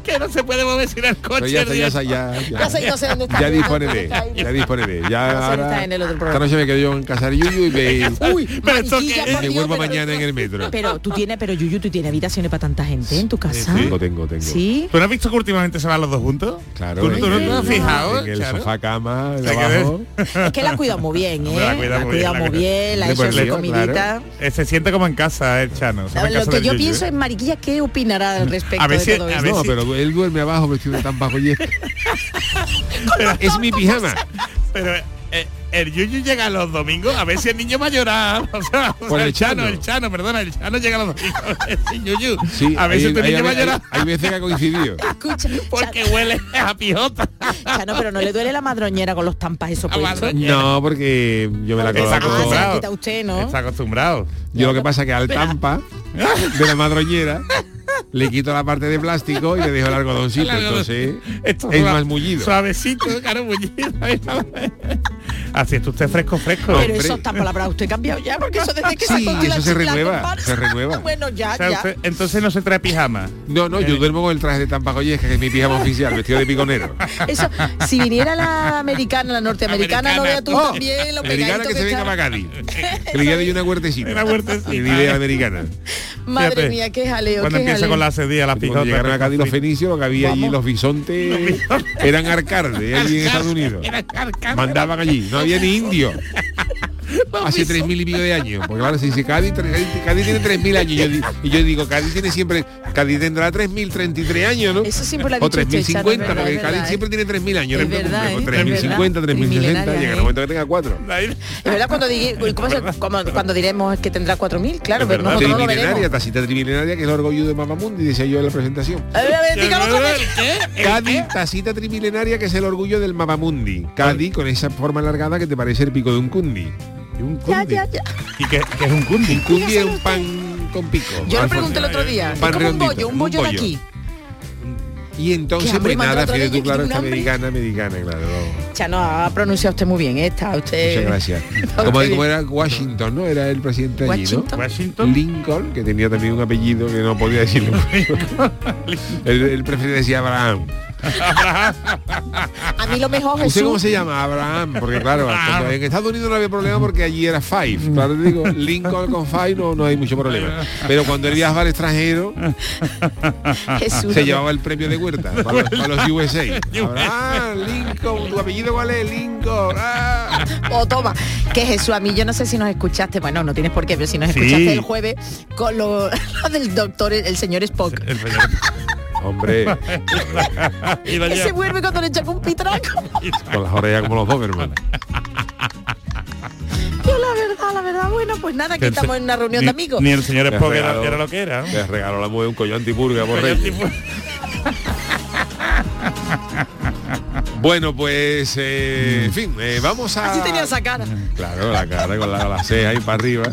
Speaker 7: Que no se puede mover sin el coche. ¿eh?
Speaker 4: Pero ya está,
Speaker 7: el
Speaker 4: ya
Speaker 7: día-
Speaker 4: está, ya.
Speaker 8: Ya sé- no sé dónde está.
Speaker 4: Ya dispone
Speaker 8: ¿Dónde
Speaker 4: de,
Speaker 8: está?
Speaker 4: ya dispone de. Ya
Speaker 8: dónde está
Speaker 4: ahora,
Speaker 8: en el otro programa.
Speaker 4: esta noche me quedo yo en casa de Yuyu y
Speaker 8: [laughs]
Speaker 4: me,
Speaker 8: Uy,
Speaker 7: Pero esto
Speaker 8: mariquilla,
Speaker 7: qué es.
Speaker 8: por
Speaker 4: me
Speaker 8: Dios,
Speaker 4: vuelvo
Speaker 8: pero-
Speaker 4: mañana en el metro.
Speaker 8: Pero tú tienes, pero Yuyu, tú tienes habitaciones para tanta gente en tu casa.
Speaker 7: sí.
Speaker 4: Tengo, tengo, tengo.
Speaker 8: Sí.
Speaker 7: ¿Tú no has visto que últimamente se van los dos juntos?
Speaker 4: Claro. eh,
Speaker 7: ¿Tú, tú no
Speaker 4: en
Speaker 7: te has
Speaker 4: el-
Speaker 7: fijado?
Speaker 4: En el
Speaker 7: Charo?
Speaker 4: sofá cama, de
Speaker 7: Hay que
Speaker 4: abajo.
Speaker 7: ver.
Speaker 8: Es que la ha cuidado muy bien, ¿eh?
Speaker 7: Hombre, [laughs] la ha cuidado pues muy bien,
Speaker 8: muy bien, la
Speaker 7: la ha cuidado.
Speaker 8: ha
Speaker 4: De
Speaker 8: hecho
Speaker 4: por
Speaker 8: su
Speaker 4: Dios,
Speaker 8: comidita.
Speaker 4: claro.
Speaker 7: Eh, se siente como en casa el Chano. se va a
Speaker 8: Lo
Speaker 7: casa
Speaker 8: que
Speaker 7: del
Speaker 8: yo
Speaker 7: Yuyu,
Speaker 8: pienso
Speaker 7: ¿eh?
Speaker 8: es, Mariquilla, ¿qué opinará al respecto
Speaker 7: A ver
Speaker 8: de
Speaker 7: si-
Speaker 8: todo
Speaker 7: a
Speaker 8: esto?
Speaker 7: ver
Speaker 4: No,
Speaker 7: si-
Speaker 4: pero él duerme abajo vestido de tan bajo
Speaker 7: [laughs]
Speaker 4: y es- es mi pijama.
Speaker 7: Pero eh, el Yuyu llega los domingos a ver si el niño va a llorar. [laughs] O sea, o
Speaker 4: Por
Speaker 7: sea,
Speaker 4: el
Speaker 7: el Chano,
Speaker 4: Chano.
Speaker 7: el Chano, perdona, el Chano llega los domingos a ver si Yuyu.
Speaker 4: Sí,
Speaker 7: a ver si
Speaker 4: hay-
Speaker 7: tu
Speaker 4: hay-
Speaker 7: niño va a
Speaker 4: hay-
Speaker 7: llorar.
Speaker 4: Hay veces que ha coincidido.
Speaker 7: [laughs]
Speaker 8: Escucha,
Speaker 7: Porque huele a pijota.
Speaker 8: Chano, Chano, pero no le duele la madroñera con los tampas esos
Speaker 7: La
Speaker 8: puestos.
Speaker 7: madroñera.
Speaker 4: No, porque yo me la
Speaker 8: Porque
Speaker 7: Está
Speaker 8: Ah, se
Speaker 4: coloco.
Speaker 8: la
Speaker 7: acostumbrado.
Speaker 8: quita usted, ¿no?
Speaker 7: Está acostumbrado.
Speaker 4: Yo lo que pasa es que al tampa de la madroñera le quito la parte de plástico y le dejo el algodoncito.
Speaker 7: El algodón.
Speaker 4: Entonces
Speaker 7: Esto
Speaker 4: es
Speaker 7: suave-
Speaker 4: más mullido.
Speaker 7: Suavecito,
Speaker 4: [laughs]
Speaker 7: claro, mullido. Así es, usted fresco, fresco.
Speaker 8: Pero
Speaker 4: hombre.
Speaker 8: esos tampas la habrá usted cambiado ya, porque eso desde que
Speaker 4: Sí,
Speaker 8: sacó usted la
Speaker 4: eso se
Speaker 8: chica, la
Speaker 4: renueva,
Speaker 8: comparsa.
Speaker 4: se
Speaker 8: [laughs]
Speaker 4: renueva.
Speaker 8: bueno, ya,
Speaker 7: O sea,
Speaker 8: Ah, ya.
Speaker 7: usted- entonces no se trae pijama.
Speaker 4: No, no, yo duermo con el traje de tampa colleja, que es mi pijama oficial, vestido de piconero.
Speaker 8: Eso, si viniera la americana, la norteamericana, no vea tú
Speaker 4: Oh,
Speaker 8: también lo
Speaker 4: americana
Speaker 8: pegadito
Speaker 4: que se venga
Speaker 8: está.
Speaker 4: para Cádiz.
Speaker 8: [laughs]
Speaker 4: Que le quede yo una huertecita.
Speaker 7: Una huertecita.
Speaker 4: Mi idea americana.
Speaker 8: Madre
Speaker 7: Fíjate,
Speaker 8: mía, qué jaleo,
Speaker 7: Cuando
Speaker 8: qué
Speaker 7: empieza
Speaker 8: jaleo.
Speaker 7: con la sedilla, las
Speaker 4: Cuando
Speaker 7: pijotas.
Speaker 4: llegaron a Cádiz los fenicios, lo que había allí,
Speaker 8: Vamos.
Speaker 4: los bisontes, eran arcardes allí en Estados Unidos. Mandaban allí, no había ni indio. Hace tres mil y pico de años. Porque ahora se dice Cádiz, tre- Cádiz- Cádiz tiene tres mil años. Y yo, di- y yo digo, Cádiz tiene siempre, Cádiz tendrá tres mil treinta y tres años, ¿no?
Speaker 8: Eso siempre lo ha
Speaker 4: o
Speaker 8: dicho
Speaker 4: tres mil
Speaker 8: usted, Chano, es
Speaker 4: cincuenta,
Speaker 8: verdad,
Speaker 4: porque
Speaker 8: es verdad,
Speaker 4: Cádiz
Speaker 8: ¿eh?
Speaker 4: siempre tiene tres mil años.
Speaker 8: Es verdad, ¿eh?
Speaker 4: Tres mil
Speaker 8: Es verdad.
Speaker 4: cincuenta, tres mil sesenta,
Speaker 8: Trimilenaria,
Speaker 4: llega el
Speaker 8: ¿eh?
Speaker 4: momento que tenga cuatro.
Speaker 8: Es verdad cuando, digue- ¿cómo
Speaker 4: [laughs]
Speaker 8: se- cómo- cuando diremos que tendrá 4.000, claro, pero
Speaker 7: Es verdad.
Speaker 8: nosotros no lo
Speaker 4: Trimilenaria,
Speaker 8: veremos.
Speaker 4: tacita trimilenaria, que es el orgullo de Mamamundi, decía yo en la presentación.
Speaker 8: A ver, a ver, dígalo otra vez. eh.
Speaker 4: Cádiz, tacita trimilenaria, que es el orgullo del Mamamundi. Cádiz, con esa forma alargada que te parece el pico de un cundi.
Speaker 8: Ya, ya, ya.
Speaker 7: Y que, que es un cundi.
Speaker 4: Un cundi es
Speaker 8: Dígaselo
Speaker 4: un pan con pico.
Speaker 8: Yo
Speaker 4: Alfonso.
Speaker 8: le pregunté el otro día,
Speaker 4: Un
Speaker 8: es
Speaker 4: pan
Speaker 8: como un
Speaker 4: redondito,
Speaker 8: bollo, un
Speaker 4: un
Speaker 8: bollo de
Speaker 4: bollo.
Speaker 8: aquí.
Speaker 4: Y entonces,
Speaker 8: Qué hambre
Speaker 4: pues
Speaker 8: me ha
Speaker 4: nada,
Speaker 8: entrado otra
Speaker 4: fíjate
Speaker 8: vez,
Speaker 4: tú,
Speaker 8: yo
Speaker 4: claro,
Speaker 8: tengo
Speaker 4: esta
Speaker 8: un hambre.
Speaker 4: americana, americana, claro. no.
Speaker 8: Chano, ha pronunciado usted muy bien, ¿eh? está usted.
Speaker 4: Muchas
Speaker 8: [laughs]
Speaker 4: gracias. Como, como era Washington, ¿no? Era el presidente allí,
Speaker 8: Washington.
Speaker 4: ¿no?
Speaker 7: Washington.
Speaker 4: Lincoln, que tenía también un apellido que no podía [laughs] decirlo. él, él prefería decir Abraham.
Speaker 8: A mí lo mejor
Speaker 4: ¿Usted cómo
Speaker 8: Oh, Jesús.
Speaker 4: se llama? Abraham, porque claro, cuando en Estados Unidos no había problema porque allí era Five. Claro, te digo, Lincoln con Five no, no hay mucho problema. Pero cuando él viajaba al extranjero,
Speaker 8: Jesús.
Speaker 4: se llevaba el premio de Huerta para los, para los [laughs] USA. Abraham, Lincoln, ¿tu apellido cuál es? Lincoln. ah.
Speaker 8: O Oh, toma, que Jesús, a mí yo no sé si nos escuchaste, bueno, no tienes por qué, pero si nos
Speaker 7: Sí.
Speaker 8: escuchaste el jueves con lo, [laughs] lo del doctor, el, el señor Spock,
Speaker 7: El señor- [laughs] Ah,
Speaker 4: Hombre,
Speaker 7: y lo
Speaker 8: que se
Speaker 7: lleva.
Speaker 8: vuelve cuando le echan un pitraco.
Speaker 4: con las orejas como los [laughs] Doberman.
Speaker 8: Yo la verdad, la verdad, bueno, pues nada, aquí
Speaker 7: Que el se-
Speaker 8: estamos en una reunión
Speaker 7: ni-
Speaker 8: de amigos.
Speaker 7: Ni el señor
Speaker 4: Te has
Speaker 7: Spock era,
Speaker 4: regalado.
Speaker 7: era lo que era. ¿no?
Speaker 4: Les regaló la mujer un collo antiburga por
Speaker 7: Pero yo
Speaker 4: rey.
Speaker 7: tipo-
Speaker 4: Bueno, pues, eh,
Speaker 7: Mm.
Speaker 4: en fin, eh, vamos a...
Speaker 8: Así tenía esa cara.
Speaker 4: Claro, la cara con la, con la ceja ahí para arriba.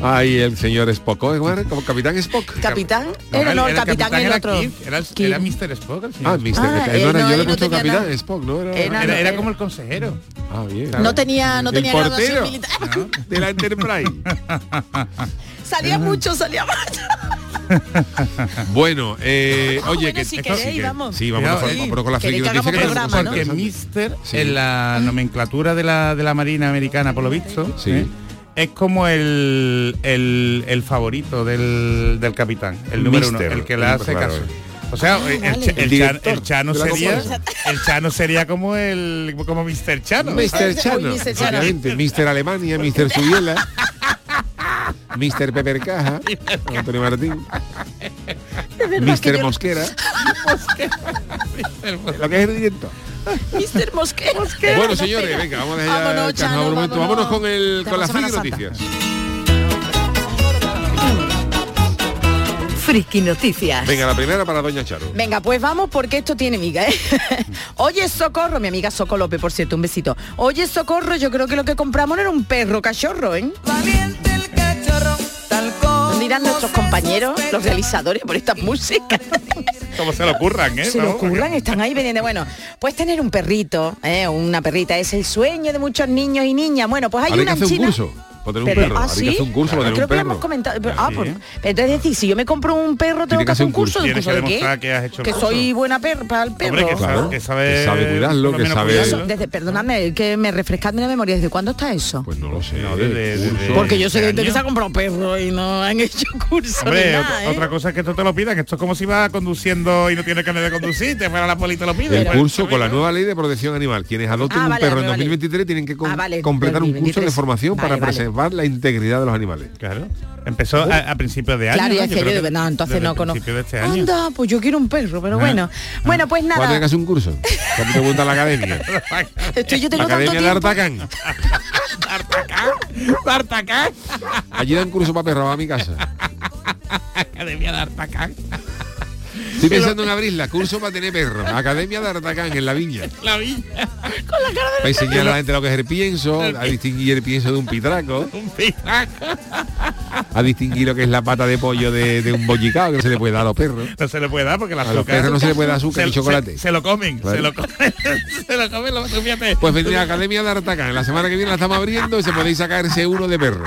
Speaker 4: Ay, el señor Spock. ¿Cómo era? Como capitán Spock.
Speaker 8: Capitán, era no, el capitán, el
Speaker 7: era
Speaker 8: otro.
Speaker 7: Kirk, Era, el-
Speaker 8: Kirk.
Speaker 7: era Mr. Spock el señor
Speaker 4: Ah,
Speaker 7: Spock.
Speaker 4: Mr.
Speaker 8: Ah,
Speaker 4: Capitán.
Speaker 8: él
Speaker 4: No
Speaker 8: no,
Speaker 4: era- yo
Speaker 8: él
Speaker 4: le he
Speaker 8: no
Speaker 4: puesto
Speaker 8: tenía
Speaker 4: capitán
Speaker 8: nada.
Speaker 4: Spock, ¿no? Era,
Speaker 8: Era-
Speaker 7: Era, era
Speaker 8: no,
Speaker 7: como el consejero.
Speaker 4: Ah, bien.
Speaker 8: No tenía, no
Speaker 4: El
Speaker 8: tenía graduación
Speaker 4: portero. Ah.
Speaker 8: militar.
Speaker 4: De la Enterprise.
Speaker 8: [laughs] Salía mucho, salía mucho.
Speaker 4: bueno, eh,
Speaker 8: Ah,
Speaker 4: oye,
Speaker 8: Bueno,
Speaker 4: que...
Speaker 8: si
Speaker 4: esto-
Speaker 8: queréis,
Speaker 4: que-
Speaker 8: vamos.
Speaker 4: Sí, vamos,
Speaker 7: Cuidado,
Speaker 4: por-
Speaker 7: sí.
Speaker 4: vamos por- con la friki
Speaker 8: Queréis que hagamos
Speaker 4: noticia que tenemos
Speaker 8: programa, ¿no?
Speaker 4: bastante.
Speaker 7: Porque Mister
Speaker 4: Sí.
Speaker 7: en la nomenclatura de la, de la Marina Americana, por lo visto,
Speaker 4: Sí.
Speaker 7: ¿eh? es como el, el, el favorito del, del capitán, el número
Speaker 4: Mister,
Speaker 7: uno, el que
Speaker 4: el
Speaker 7: le hace
Speaker 4: número-
Speaker 7: caso. O sea,
Speaker 8: Ah,
Speaker 7: eh, el, cha- el
Speaker 4: El
Speaker 7: cha-
Speaker 4: director
Speaker 7: el Chano
Speaker 4: de la
Speaker 7: sería
Speaker 4: compañía.
Speaker 7: el Chano sería como el como Mr. Chano.
Speaker 4: Mr. Chano,
Speaker 8: Uy, Mr. Chano.
Speaker 4: obviamente, Mr. Alemania, Mr. Subiela,
Speaker 8: [laughs]
Speaker 4: Mr. Pepper Caja, Antonio Martín,
Speaker 8: Es verdad que
Speaker 4: Mr.
Speaker 8: [laughs] yo-
Speaker 4: Mosquera, [laughs]
Speaker 7: Lo que es viento.
Speaker 8: Mister Mosquera.
Speaker 4: Bueno, señores, venga, vamos a dejar ya
Speaker 8: Vámonos,
Speaker 4: el Carnaval
Speaker 8: Chano,
Speaker 4: un momento.
Speaker 8: vámonos.
Speaker 4: Vámonos con, el, con
Speaker 8: Tenemos
Speaker 4: las
Speaker 8: Semana
Speaker 4: friki
Speaker 8: Santa.
Speaker 4: noticias.
Speaker 2: Friki Noticias.
Speaker 4: Venga, la primera para Doña Charo.
Speaker 8: Venga, pues vamos porque esto tiene miga, ¿eh?
Speaker 4: [laughs]
Speaker 8: Oye, Socorro, mi amiga Socolope, por cierto, un besito. Oye, Socorro, yo creo que lo que compramos no era un perro cachorro, ¿eh? Dirán nuestros compañeros, los realizadores, por esta
Speaker 4: [laughs]
Speaker 8: música.
Speaker 7: Como se lo ocurran, ¿eh?
Speaker 8: Se lo
Speaker 7: Vamos,
Speaker 8: ocurran, están ahí vendiendo. Bueno, pues tener un perrito, ¿eh? una perrita, es el sueño de muchos niños y niñas. Bueno, pues hay
Speaker 4: Ahora hay
Speaker 8: una
Speaker 4: que
Speaker 8: en
Speaker 4: hacer un
Speaker 8: China-
Speaker 4: curso. Para tener un
Speaker 8: Pero-
Speaker 4: perro.
Speaker 8: ¿Ah,
Speaker 4: Ahora Hay que
Speaker 8: sí?
Speaker 4: hacer un curso para tener
Speaker 8: Creo
Speaker 4: un
Speaker 8: que lo
Speaker 4: perro.
Speaker 8: hemos comentado. pero-
Speaker 7: Ya,
Speaker 8: ah,
Speaker 7: sí.
Speaker 8: pues, entonces es decir, si yo me compro un perro, tengo que hacer un curso. ¿Un
Speaker 7: Tienes
Speaker 8: curso
Speaker 7: que
Speaker 8: de qué?
Speaker 7: demostrar que has hecho el
Speaker 8: Que
Speaker 7: curso.
Speaker 8: soy buena per- para el perro.
Speaker 7: Hombre, que,
Speaker 4: Claro.
Speaker 7: sabe, que sabe...
Speaker 4: Que sabe cuidarlo,
Speaker 7: por lo
Speaker 4: que
Speaker 7: menos
Speaker 4: sabe-
Speaker 7: cuidarlo.
Speaker 8: Eso, desde, perdóname, que me refrescadme la memoria. ¿Desde cuándo está eso?
Speaker 4: Pues no lo sé.
Speaker 7: No, desde- desde-
Speaker 4: curso.
Speaker 8: Porque yo sé
Speaker 7: ¿de
Speaker 8: de gente que
Speaker 7: este
Speaker 8: se
Speaker 7: año?
Speaker 8: ha comprado perro y no han [laughs] hecho curso
Speaker 7: Hombre,
Speaker 8: ni
Speaker 7: ot-
Speaker 8: nada, ¿eh?
Speaker 7: otra cosa este es que tú te lo pidas, que esto es como si vas conduciendo y no tienes carnet de conducir, te fuera la poli y te lo pide.
Speaker 4: El curso con la nueva ley de protección animal. Quienes adopten
Speaker 8: Ah, vale,
Speaker 4: un perro en
Speaker 8: vale, vale.
Speaker 4: 2023 tienen que com-
Speaker 8: Ah, vale,
Speaker 4: completar un curso de
Speaker 8: 2023.
Speaker 4: formación
Speaker 8: Vale,
Speaker 4: para
Speaker 8: vale.
Speaker 4: preservar la integridad de los animales.
Speaker 7: Claro. Empezó a, a principios de año.
Speaker 8: Claro, y
Speaker 7: ¿no?
Speaker 8: es
Speaker 7: Yo
Speaker 8: que
Speaker 7: creo
Speaker 8: yo
Speaker 7: que
Speaker 8: de- no, entonces
Speaker 7: desde
Speaker 8: no
Speaker 7: el
Speaker 8: conozco.
Speaker 7: principio de este año.
Speaker 8: Anda, pues yo quiero un perro, pero bueno. Bueno, pues
Speaker 4: ¿Cuándo tiene que
Speaker 8: nada.
Speaker 4: hacer un curso? Cuando te gusta la academia?
Speaker 8: [laughs] Estoy, yo
Speaker 4: La
Speaker 8: tengo tanto
Speaker 4: academia de
Speaker 8: tiempo.
Speaker 4: [laughs] Artacán. Allí dan curso para perros a mi casa.
Speaker 7: Academia de Artacán.
Speaker 4: Estoy pensando en abrirla. Curso para tener perros. Academia de Artacán en la viña.
Speaker 7: La villa.
Speaker 4: Para enseñar a la gente lo que es el pienso, a distinguir el pienso de un pitraco,
Speaker 7: Un pitaco.
Speaker 4: a distinguir lo que es la pata de pollo de, de un bollicao que se le puede dar a los perros.
Speaker 7: [laughs] No se le puede dar porque la
Speaker 4: A los perros no se le puede dar azúcar ni chocolate.
Speaker 7: Se, lo comen,
Speaker 4: Claro.
Speaker 7: se lo comen, [laughs] se lo comen, lo, tú fíjate.
Speaker 4: Pues vendría a la Academia de Artacán. La semana que viene la estamos abriendo y se podéis sacarse uno de perro.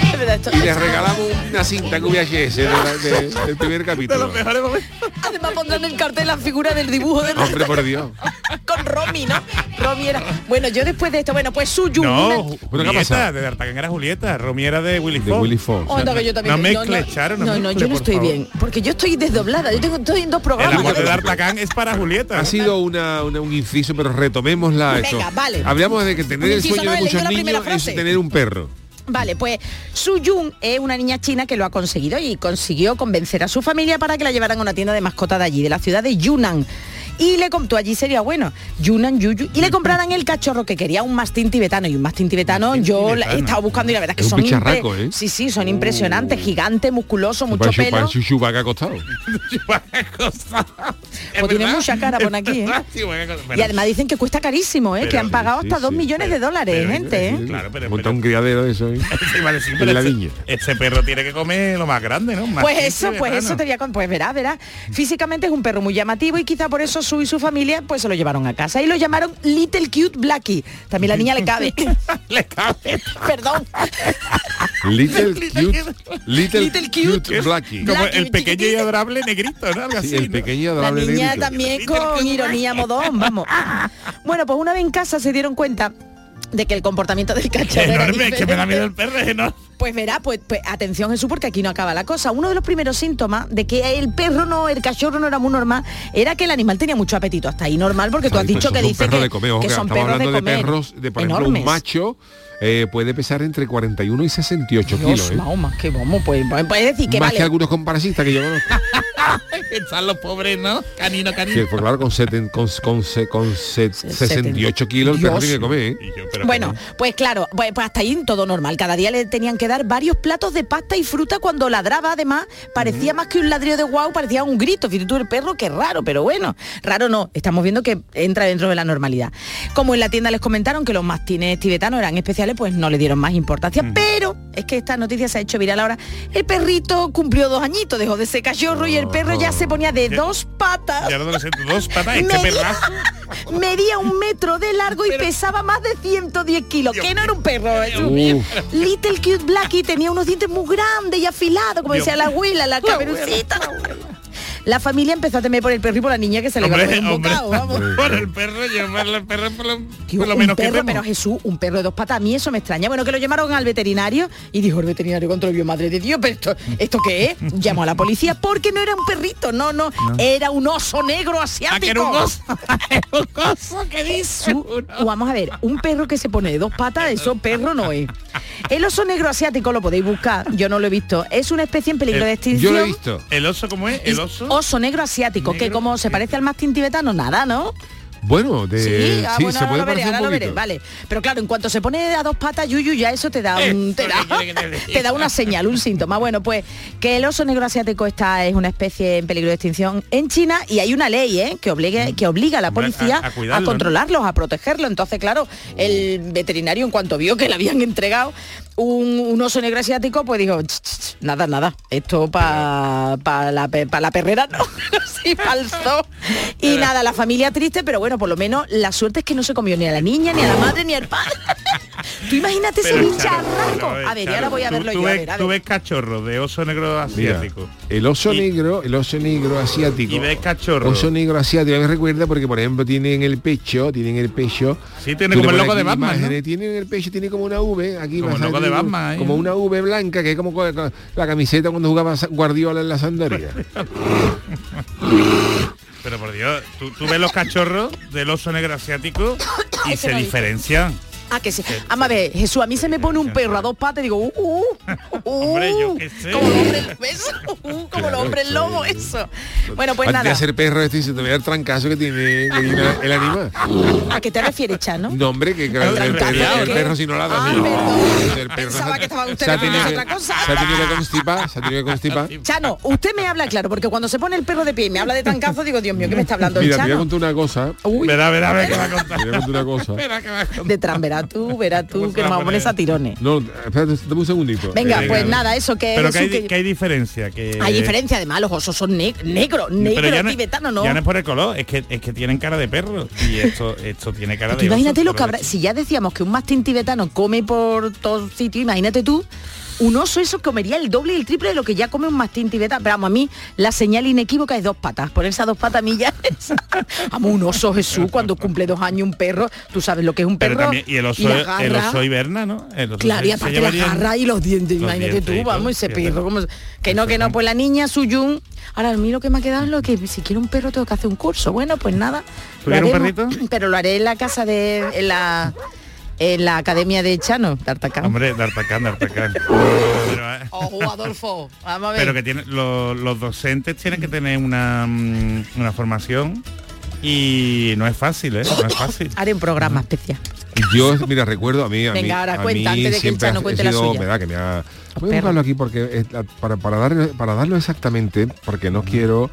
Speaker 8: Es verdad, esto-
Speaker 4: Y les regalamos una cinta en VHS de la- de- del primer
Speaker 7: de
Speaker 4: capítulo.
Speaker 7: los mejores momentos.
Speaker 8: [laughs] Además pondrán en cartel la figura del dibujo de
Speaker 4: Hombre, por Dios.
Speaker 8: [laughs] con Romy, ¿no? Romy era. Bueno, yo después de esto, bueno, pues Suyu.
Speaker 7: No,
Speaker 8: una-
Speaker 4: ¿Pero qué ha
Speaker 7: Julieta,
Speaker 4: pasado?
Speaker 7: de Artacán era Julieta, Romiera de Willy
Speaker 4: De
Speaker 7: Fox.
Speaker 4: Willy Fox.
Speaker 8: Onda Oh, que yo también.
Speaker 7: No mezcle, Charo, no
Speaker 8: no,
Speaker 7: mezcle,
Speaker 8: yo no
Speaker 7: por
Speaker 8: estoy
Speaker 7: favor.
Speaker 8: bien. Porque yo estoy desdoblada. Yo tengo, estoy en dos
Speaker 4: Ah,
Speaker 7: El
Speaker 8: programas.
Speaker 7: amor de
Speaker 8: ¿no?
Speaker 7: Artacán es para Julieta.
Speaker 4: Ha
Speaker 7: [laughs]
Speaker 4: sido una, una- un inciso, pero retomémosla
Speaker 8: Venga,
Speaker 4: esto.
Speaker 8: vale.
Speaker 4: Hablamos de que tener
Speaker 8: Un
Speaker 4: el
Speaker 8: inciso, no,
Speaker 4: sueño de
Speaker 8: he leído
Speaker 4: muchos
Speaker 8: la primera
Speaker 4: niños es
Speaker 8: frase.
Speaker 4: tener un perro.
Speaker 8: Vale, pues Su Yun es una niña china que lo ha conseguido y consiguió convencer a su familia para que la llevaran a una tienda de mascota de allí, de la ciudad de Yunnan. Y le compró allí sería bueno, Yunnan Yuyu, y le compraran el cachorro que quería, un mastín tibetano. Y un mastín tibetano
Speaker 7: Mastín
Speaker 8: yo la-
Speaker 7: tibetano.
Speaker 8: he estado buscando y la verdad que
Speaker 4: Es un
Speaker 8: son impre-
Speaker 4: bicharraco, ¿eh? Oh.
Speaker 8: Sí, sí, son impresionantes, gigantes, musculosos, mucho
Speaker 4: Parece-
Speaker 8: pelo.
Speaker 4: parece un chubaca acostado.
Speaker 7: pues
Speaker 8: Pues tiene mucha cara, pon aquí, ¿eh? Y además dicen que cuesta carísimo, ¿eh?
Speaker 7: Pero
Speaker 8: que han
Speaker 7: sí,
Speaker 8: pagado
Speaker 4: sí,
Speaker 8: hasta
Speaker 4: sí,
Speaker 8: 2 millones de dólares,
Speaker 7: pero-
Speaker 8: gente. ¿eh?
Speaker 7: Claro, pero-
Speaker 4: Monta
Speaker 7: pero-
Speaker 4: un criadero
Speaker 8: [laughs]
Speaker 4: de eso. ¿eh? En la viña.
Speaker 7: Este perro tiene que comer lo más grande, ¿no? Más
Speaker 8: Pues
Speaker 7: simple
Speaker 8: eso,
Speaker 7: de
Speaker 8: pues
Speaker 7: verano.
Speaker 8: eso te voy a con- Pues verás, verás. Físicamente es un perro muy llamativo y quizá por eso su y su familia pues se lo llevaron a casa y lo llamaron Little Cute Blackie. También la niña le
Speaker 7: [laughs]
Speaker 8: cabe. [laughs]
Speaker 7: Le cabe.
Speaker 8: Perdón.
Speaker 4: Little cute, little,
Speaker 8: Little
Speaker 4: cute
Speaker 8: cute.
Speaker 4: Blackie.
Speaker 7: Como
Speaker 8: Blackie,
Speaker 7: el pequeño y
Speaker 8: chiquitito.
Speaker 7: adorable negrito, ¿no? Algo
Speaker 4: Sí,
Speaker 7: así,
Speaker 4: el
Speaker 7: ¿no?
Speaker 4: pequeño y
Speaker 8: La
Speaker 4: adorable
Speaker 8: niña
Speaker 4: negrito.
Speaker 8: también con ironía modón, vamos. Bueno, pues una vez en casa se dieron cuenta de que el comportamiento del cachorro era
Speaker 7: Enorme, es que me da
Speaker 8: diferente.
Speaker 7: miedo el perro, es [laughs] enorme.
Speaker 8: Pues verá, pues, pues, atención Jesús, porque aquí no acaba la cosa. Uno de los primeros síntomas de que el perro no, el cachorro no era muy normal, era que el animal tenía mucho apetito. Hasta ahí normal, porque tú
Speaker 4: Ay,
Speaker 8: has
Speaker 4: pues
Speaker 8: dicho
Speaker 4: son
Speaker 8: que dice
Speaker 4: perros
Speaker 8: que,
Speaker 4: de comer, ojo,
Speaker 8: que
Speaker 4: que
Speaker 8: son
Speaker 4: estamos
Speaker 8: perros de
Speaker 4: hablando de,
Speaker 8: comer.
Speaker 4: perros de por ejemplo un
Speaker 8: enormes.
Speaker 4: macho eh, puede pesar entre 41 y 68
Speaker 8: Dios,
Speaker 4: kilos ¿eh?
Speaker 8: Mahoma, que vamos, pues, pues, puedes decir que
Speaker 4: más que
Speaker 8: vale.
Speaker 4: algunos comparasitas que
Speaker 8: [laughs]
Speaker 4: yo conozco
Speaker 7: Están los pobres, ¿no? Canino,
Speaker 4: que
Speaker 7: canino.
Speaker 4: pues, claro con, seten- con, con se- con se- 68 kilos el perro
Speaker 8: Dios.
Speaker 4: tiene que comer ¿eh?
Speaker 7: Y yo, pero
Speaker 8: Bueno,
Speaker 7: ¿cómo?
Speaker 8: pues claro, pues, pues hasta ahí todo normal. Cada día le tenían que dar varios platos de pasta y fruta cuando ladraba, además, parecía más que un ladrillo de guau, parecía un grito. Fíjate tú el perro, que raro, pero bueno, raro no. Estamos viendo que entra dentro de la normalidad. Como en la tienda les comentaron que los mastines tibetanos eran especiales, pues no le dieron más importancia. Pero es que esta noticia se ha hecho viral ahora. El perrito cumplió dos añitos, dejó de ser cachorro y el perro ya se ponía de dos patas.
Speaker 7: Y ahora lo siento, dos patas, este
Speaker 8: Medía,
Speaker 7: perrazo.
Speaker 8: [laughs] medía un metro de largo y
Speaker 7: Pero-
Speaker 8: pesaba más de 110 kilos, que no era un perro. eso.
Speaker 4: Uf.
Speaker 8: Little Cute Blackie tenía unos dientes muy grandes y afilados, como
Speaker 7: Dios
Speaker 8: decía la abuela, la caperucita. La, la familia empezó a temer por el perro y por la niña que se le iba a
Speaker 7: Hombre,
Speaker 8: comer un
Speaker 7: hombre,
Speaker 8: bocado, vamos.
Speaker 7: por el perro, llamarle al perro por lo,
Speaker 8: Tío,
Speaker 7: por lo
Speaker 8: un
Speaker 7: menos que
Speaker 8: perro,
Speaker 7: temo.
Speaker 8: pero Jesús, un perro de dos patas, a mí eso me extraña. Bueno, que lo llamaron al veterinario y dijo el veterinario cuando lo vio, madre de Dios, pero esto, ¿esto qué
Speaker 7: [laughs]
Speaker 8: es? Llamó a la policía porque no era un perrito, no, no, era un oso negro asiático.
Speaker 7: Ah, que era un oso. [laughs] Era un oso, ¿qué dice?
Speaker 8: Su- vamos a ver, un perro que se pone de dos patas, eso perro no es. El oso negro asiático lo podéis buscar, yo no lo he visto. Es una especie en peligro de
Speaker 7: Eh,
Speaker 4: Yo
Speaker 8: extinción.
Speaker 4: lo he visto.
Speaker 7: ¿El oso cómo es? ¿El
Speaker 8: Y-
Speaker 7: oso?
Speaker 8: negro asiático, que
Speaker 7: Negro
Speaker 8: como se parece al mastín tibetano, nada, ¿no?
Speaker 4: Bueno, de,
Speaker 8: Sí, ah, bueno,
Speaker 4: se
Speaker 8: ahora
Speaker 4: puede
Speaker 8: lo veré,
Speaker 4: parecer un
Speaker 8: ahora lo veré,
Speaker 4: poquito.
Speaker 8: vale. Pero claro, en cuanto se pone a dos patas, Yuyu, ya eso te da
Speaker 4: Eh,
Speaker 8: un,
Speaker 4: [laughs]
Speaker 7: Eso
Speaker 8: te, da,
Speaker 7: que quiere que te diga.
Speaker 8: te da una señal, un síntoma. Bueno, pues que el oso negro asiático está es una especie en peligro de extinción en China y hay una ley ¿eh? que, obligue, que obliga a la
Speaker 7: Hombre,
Speaker 8: policía
Speaker 7: a- a
Speaker 8: a,
Speaker 7: cuidarlo, ¿no?
Speaker 8: controlarlos, a protegerlo. Entonces, claro, el veterinario en cuanto vio que le habían entregado un, un oso negro asiático, pues dijo, "Ch, ch, ch, nada, nada, esto para la, pe- pa la perrera no, [laughs] sí, pa'l zoo". Y nada, la familia triste, pero bueno, por lo menos la suerte es que no se comió ni a la niña, ni a la madre, ni al padre. [laughs] Tú imagínate ese
Speaker 7: Pero,
Speaker 8: bicharraco.
Speaker 7: Charo,
Speaker 8: A ver, y
Speaker 7: Charo,
Speaker 8: ahora voy a
Speaker 7: tú-
Speaker 8: verlo
Speaker 7: tú
Speaker 8: yo. a
Speaker 7: ves-
Speaker 8: ver, a
Speaker 7: Tú
Speaker 8: ver.
Speaker 7: ves cachorro de oso negro
Speaker 4: Mira,
Speaker 7: asiático.
Speaker 4: el oso
Speaker 7: Y-
Speaker 4: negro, el oso negro asiático.
Speaker 7: Y ves cachorro.
Speaker 4: Oso negro asiático, me recuerda porque por ejemplo tiene en el pecho, tiene en el pecho.
Speaker 7: Sí, tiene
Speaker 4: tú le
Speaker 7: como el
Speaker 4: pones
Speaker 7: logo de
Speaker 4: aquí
Speaker 7: Batman,
Speaker 4: imágenes, Tiene en el pecho, tiene como una V, aquí
Speaker 7: Como
Speaker 4: vas
Speaker 7: el
Speaker 4: a
Speaker 7: logo
Speaker 4: ver,
Speaker 7: de
Speaker 4: como-
Speaker 7: Batman, ahí,
Speaker 4: Como
Speaker 7: ¿no?
Speaker 4: una V blanca, que es como co- co- la camiseta cuando jugaba Sa- Guardiola en la
Speaker 7: [laughs]
Speaker 4: Sandoria.
Speaker 7: Pero por Dios, tú, tú ves los cachorros del oso
Speaker 8: [coughs]
Speaker 7: negro asiático y
Speaker 8: Ese
Speaker 7: se
Speaker 8: no he visto.
Speaker 7: diferencian.
Speaker 8: Ah, que sí. Ama, a ver, Jesús, a mí se me pone un perro a dos patas y digo, uh,
Speaker 7: [laughs]
Speaker 8: uh, uh,
Speaker 7: Hombre, yo qué sé.
Speaker 8: Como el hombre, eso, [laughs] uh, como el hombre lobo, eso. Bueno, pues
Speaker 4: Antes de
Speaker 8: nada.
Speaker 4: hacer perro este dice, te voy a dar trancazo que tiene, que tiene
Speaker 8: [laughs]
Speaker 4: el animal.
Speaker 8: ¿A qué te refieres, Chano?
Speaker 4: [laughs] No, hombre, que claro, el,
Speaker 7: El
Speaker 4: el-
Speaker 7: trancazo,
Speaker 4: el
Speaker 7: ¿qué?
Speaker 4: perro si no la
Speaker 8: Ah,
Speaker 4: da. sí.
Speaker 8: perdón.
Speaker 4: El perro
Speaker 8: Pensaba
Speaker 4: se-
Speaker 8: que estaba usted
Speaker 4: se ha
Speaker 8: hablando
Speaker 4: tenido
Speaker 8: de
Speaker 4: que-
Speaker 8: otra cosa.
Speaker 4: Se ha tenido que constipar, se ha tenido que constipar.
Speaker 8: Chano, usted me habla claro, porque cuando se pone el perro de pie y me habla de trancazo, digo, Dios mío, ¿qué me está hablando el
Speaker 4: Mira, te voy a
Speaker 8: Chano?
Speaker 4: contar una cosa.
Speaker 8: Uy,
Speaker 7: Verá, verá, verá qué va
Speaker 8: [laughs]
Speaker 7: a
Speaker 4: Te voy
Speaker 7: contar.
Speaker 4: a contar una cosa.
Speaker 7: Verá qué va a contar.
Speaker 8: de tran, verá tú, verá
Speaker 7: ¿Cómo
Speaker 8: tú,
Speaker 7: se
Speaker 8: que
Speaker 7: va a
Speaker 8: me pones
Speaker 7: poner?
Speaker 8: a tirones.
Speaker 4: No, espérate, dame un segundito. Eh,
Speaker 8: Venga,
Speaker 7: Venga,
Speaker 8: pues
Speaker 7: venga.
Speaker 8: nada, eso que
Speaker 7: Pero
Speaker 8: es
Speaker 7: que hay,
Speaker 8: un que-
Speaker 7: que hay diferencia. Que
Speaker 8: Hay diferencia, además, los osos son neg- negros,
Speaker 7: Pero
Speaker 8: negro,
Speaker 7: ya no,
Speaker 8: tibetano, ¿no?
Speaker 7: ya no es por el color, es que, es que tienen cara de perro. Y esto, esto tiene cara
Speaker 8: Tú
Speaker 7: de
Speaker 8: imagínate
Speaker 7: oso,
Speaker 8: lo que
Speaker 7: pero
Speaker 8: habrá,
Speaker 7: de-
Speaker 8: si ya decíamos que un mastín tibetano come por todo sitio, imagínate tú, un oso eso comería el doble y el triple de lo que ya come un mastín tibetano. Pero vamos, a mí la señal inequívoca es dos patas, por esas dos patas a mí ya [laughs] es- Vamos, un oso Jesús, cuando cumple dos años un perro, tú sabes lo que es un
Speaker 7: Pero
Speaker 8: perro.
Speaker 7: también, y el oso,
Speaker 8: la
Speaker 7: el
Speaker 8: garra.
Speaker 7: oso hiberna, ¿no? El
Speaker 4: Pues
Speaker 7: oso
Speaker 8: Claro,
Speaker 7: se-
Speaker 8: y
Speaker 7: se
Speaker 8: aparte la
Speaker 7: llevaría-
Speaker 8: jarra y los dientes,
Speaker 7: los
Speaker 8: imagínate
Speaker 7: dientes y
Speaker 8: tú,
Speaker 7: todo,
Speaker 8: vamos, ese
Speaker 7: fíjate.
Speaker 8: perro, como... Que no, que no, pues la niña, Suyun... Ahora, a mí lo que me ha quedado es lo que si quiero un perro tengo que hacer un curso. Bueno, pues nada.
Speaker 7: ¿Tú
Speaker 8: lo
Speaker 7: quieres un
Speaker 8: haremos,
Speaker 7: perrito?
Speaker 8: [clears throat] Pero lo haré en la casa de... En la, en la academia de Chano, Tartacán.
Speaker 7: Hombre,
Speaker 8: [laughs]
Speaker 7: D'Artacán, D'Artacán. Pero, eh,
Speaker 8: Ojo, Adolfo, vamos a ver.
Speaker 7: pero que tienen los, los docentes tienen que tener una, mm, una formación y no es fácil, ¿eh? No es
Speaker 8: [laughs]
Speaker 7: fácil.
Speaker 8: Haré un programa especial.
Speaker 4: Yo, mira, recuerdo a mí, a
Speaker 8: Venga,
Speaker 4: mí,
Speaker 8: ahora
Speaker 4: a
Speaker 8: cuenta,
Speaker 4: mí
Speaker 8: antes de que el
Speaker 4: siempre
Speaker 8: Chano
Speaker 4: ha- he
Speaker 8: cuente la
Speaker 4: sido-
Speaker 8: suya. Oh,
Speaker 4: me da que me ha... Voy
Speaker 8: perros.
Speaker 4: a buscarlo aquí porque es la- para, para, darle- para darlo exactamente, porque no quiero...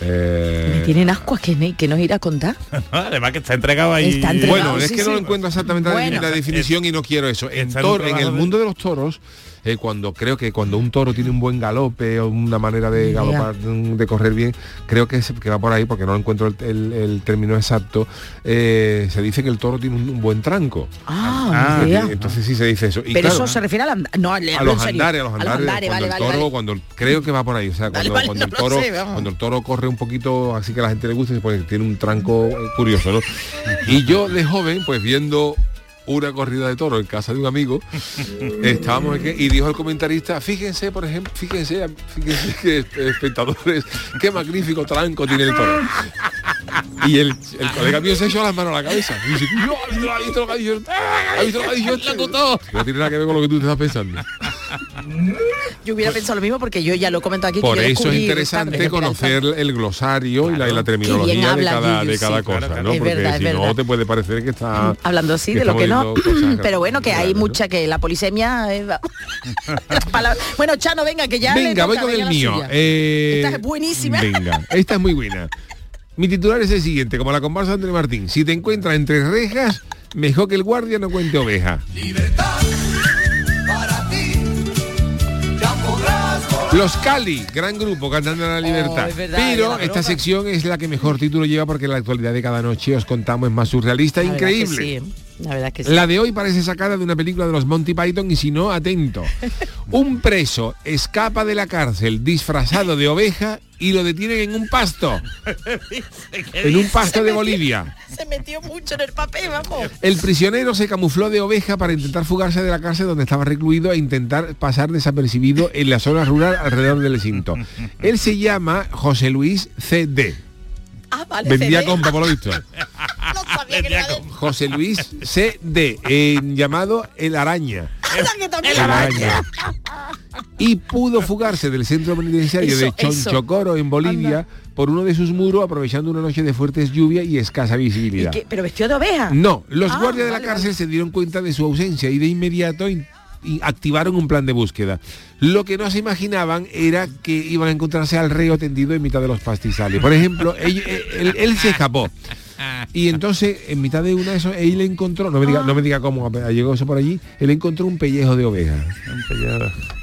Speaker 4: eh,
Speaker 8: Me tienen ascuas que, ne- que nos irá a contar.
Speaker 7: [laughs] Además que está entregado ahí.
Speaker 8: Está entregado.
Speaker 4: Bueno, es
Speaker 8: sí,
Speaker 4: que no
Speaker 8: sí.
Speaker 4: lo encuentro exactamente la-
Speaker 8: Bueno.
Speaker 4: la definición y no quiero eso. En,
Speaker 7: Está en un
Speaker 4: toro- en
Speaker 7: trabajo
Speaker 4: el
Speaker 7: de-
Speaker 4: mundo de los toros, eh, cuando creo que cuando un toro tiene un buen galope o una manera de galopar, mm, de correr bien, creo que, es- que va por ahí porque no encuentro el, el- el término exacto, eh, se dice que el toro tiene un, un buen tranco. Eh,
Speaker 8: Ah,
Speaker 7: Ah,
Speaker 8: mira.
Speaker 7: Ya.
Speaker 4: Entonces sí se dice eso. Y
Speaker 8: Pero
Speaker 4: claro, ¿eh?
Speaker 8: eso se refiere al andar. No, le
Speaker 4: a
Speaker 8: hablo
Speaker 4: los
Speaker 8: en serio.
Speaker 4: andares, a los andares, cuando
Speaker 8: vale,
Speaker 4: el
Speaker 8: vale,
Speaker 4: toro,
Speaker 8: vale.
Speaker 4: cuando el- creo que va por ahí, o sea, cuando,
Speaker 8: vale,
Speaker 4: cuando el
Speaker 8: no lo
Speaker 4: toro,
Speaker 8: sé, vamos.
Speaker 4: cuando el toro corre un poquito, así que a la gente le gusta, porque tiene un tranco eh, curioso, ¿no? Y yo de joven, pues viendo una corrida de toro en casa de
Speaker 8: [laughs]
Speaker 4: un amigo, estábamos aquí y dijo el comentarista, fíjense, por ejemplo, fíjense, fíjense que eh, espectadores, qué magnífico tranco tiene el toro. Y el, el colega mío se echó las manos a la cabeza. Y dice, no, ha visto, ha visto lo que ha dicho. este? Ha visto lo que ha
Speaker 8: [laughs]
Speaker 4: dicho. este?". No tiene nada que ver con lo que tú te estás pensando.
Speaker 8: Yo hubiera pensado lo mismo porque yo ya lo he comentado aquí. que
Speaker 4: pues Por
Speaker 8: yo
Speaker 4: eso es
Speaker 8: descubrí
Speaker 4: interesante
Speaker 8: tarde.
Speaker 4: conocer el glosario y la, y la
Speaker 8: Qué bien
Speaker 4: terminología de
Speaker 8: habla,
Speaker 4: cada,
Speaker 8: Yuyu,
Speaker 4: de cada
Speaker 8: sí.
Speaker 4: cosa, ¿no?
Speaker 7: Claro,
Speaker 8: claro. Es
Speaker 4: Porque
Speaker 8: verdad, es
Speaker 4: si
Speaker 8: verdad.
Speaker 4: no te puede parecer que está...
Speaker 8: [laughs] hablando así de lo
Speaker 4: Ah, estamos
Speaker 8: que no
Speaker 4: diciendo cosas
Speaker 8: [laughs] pero bueno que hay
Speaker 4: raras, ¿no?
Speaker 8: mucha que la polisemia eh, va- [laughs] las palabras- bueno Chano venga que ya le
Speaker 4: Venga, voy
Speaker 8: toca,
Speaker 4: con
Speaker 8: venga
Speaker 4: el
Speaker 8: la
Speaker 4: mío.
Speaker 8: suya.
Speaker 4: Eh,
Speaker 8: Esta es buenísima.
Speaker 4: Venga, esta es muy buena. Mi titular es el siguiente, como la conversa de André Martín. Si te encuentras entre rejas, mejor que el guardia no cuente oveja. Los Cali, gran grupo cantando la libertad.
Speaker 8: Oh, es verdad, ya
Speaker 4: Pero
Speaker 8: la
Speaker 4: esta
Speaker 8: broma.
Speaker 4: sección es la que mejor título lleva porque la actualidad de cada noche os contamos es más surrealista e
Speaker 8: La verdad que
Speaker 4: increíble.
Speaker 8: sí. La verdad es que sí.
Speaker 4: La de hoy parece sacada de una película de los Monty Python y si no, atento. Un preso escapa de la cárcel disfrazado de oveja y lo detienen en un pasto. En un pasto de Bolivia.
Speaker 8: Se metió mucho en el papel, vamos.
Speaker 4: El prisionero se camufló de oveja para intentar fugarse de la cárcel donde estaba recluido e intentar pasar desapercibido en la zona rural alrededor del recinto. Él se llama José Luis CD.
Speaker 8: Ah, vale.
Speaker 4: Vendía
Speaker 8: CD.
Speaker 4: compa, por lo visto.
Speaker 8: No sabía
Speaker 4: [laughs]
Speaker 8: que era de- [laughs]
Speaker 4: José Luis CD, eh, llamado El Araña.
Speaker 8: Anda, que también
Speaker 4: El
Speaker 8: era-
Speaker 4: araña. [laughs] Y pudo fugarse del centro penitenciario de
Speaker 8: Eso, eso.
Speaker 4: Chonchocoro en Bolivia por uno de sus muros aprovechando una noche de fuertes lluvias y escasa
Speaker 8: ¿Y
Speaker 4: visibilidad.
Speaker 8: qué? Pero vestido de oveja.
Speaker 4: No, los
Speaker 8: Ah,
Speaker 4: guardias de la
Speaker 8: vale,
Speaker 4: cárcel se dieron cuenta de su ausencia y de inmediato in- y activaron un plan de búsqueda. Lo que no se imaginaban era que iban a encontrarse al reo tendido en mitad de los pastizales.
Speaker 8: [laughs]
Speaker 4: Por ejemplo, él, él- él se escapó. Y entonces, en mitad de una de esos, él encontró, no me diga, no me diga cómo ah, llegó eso por allí, él encontró un pellejo de oveja.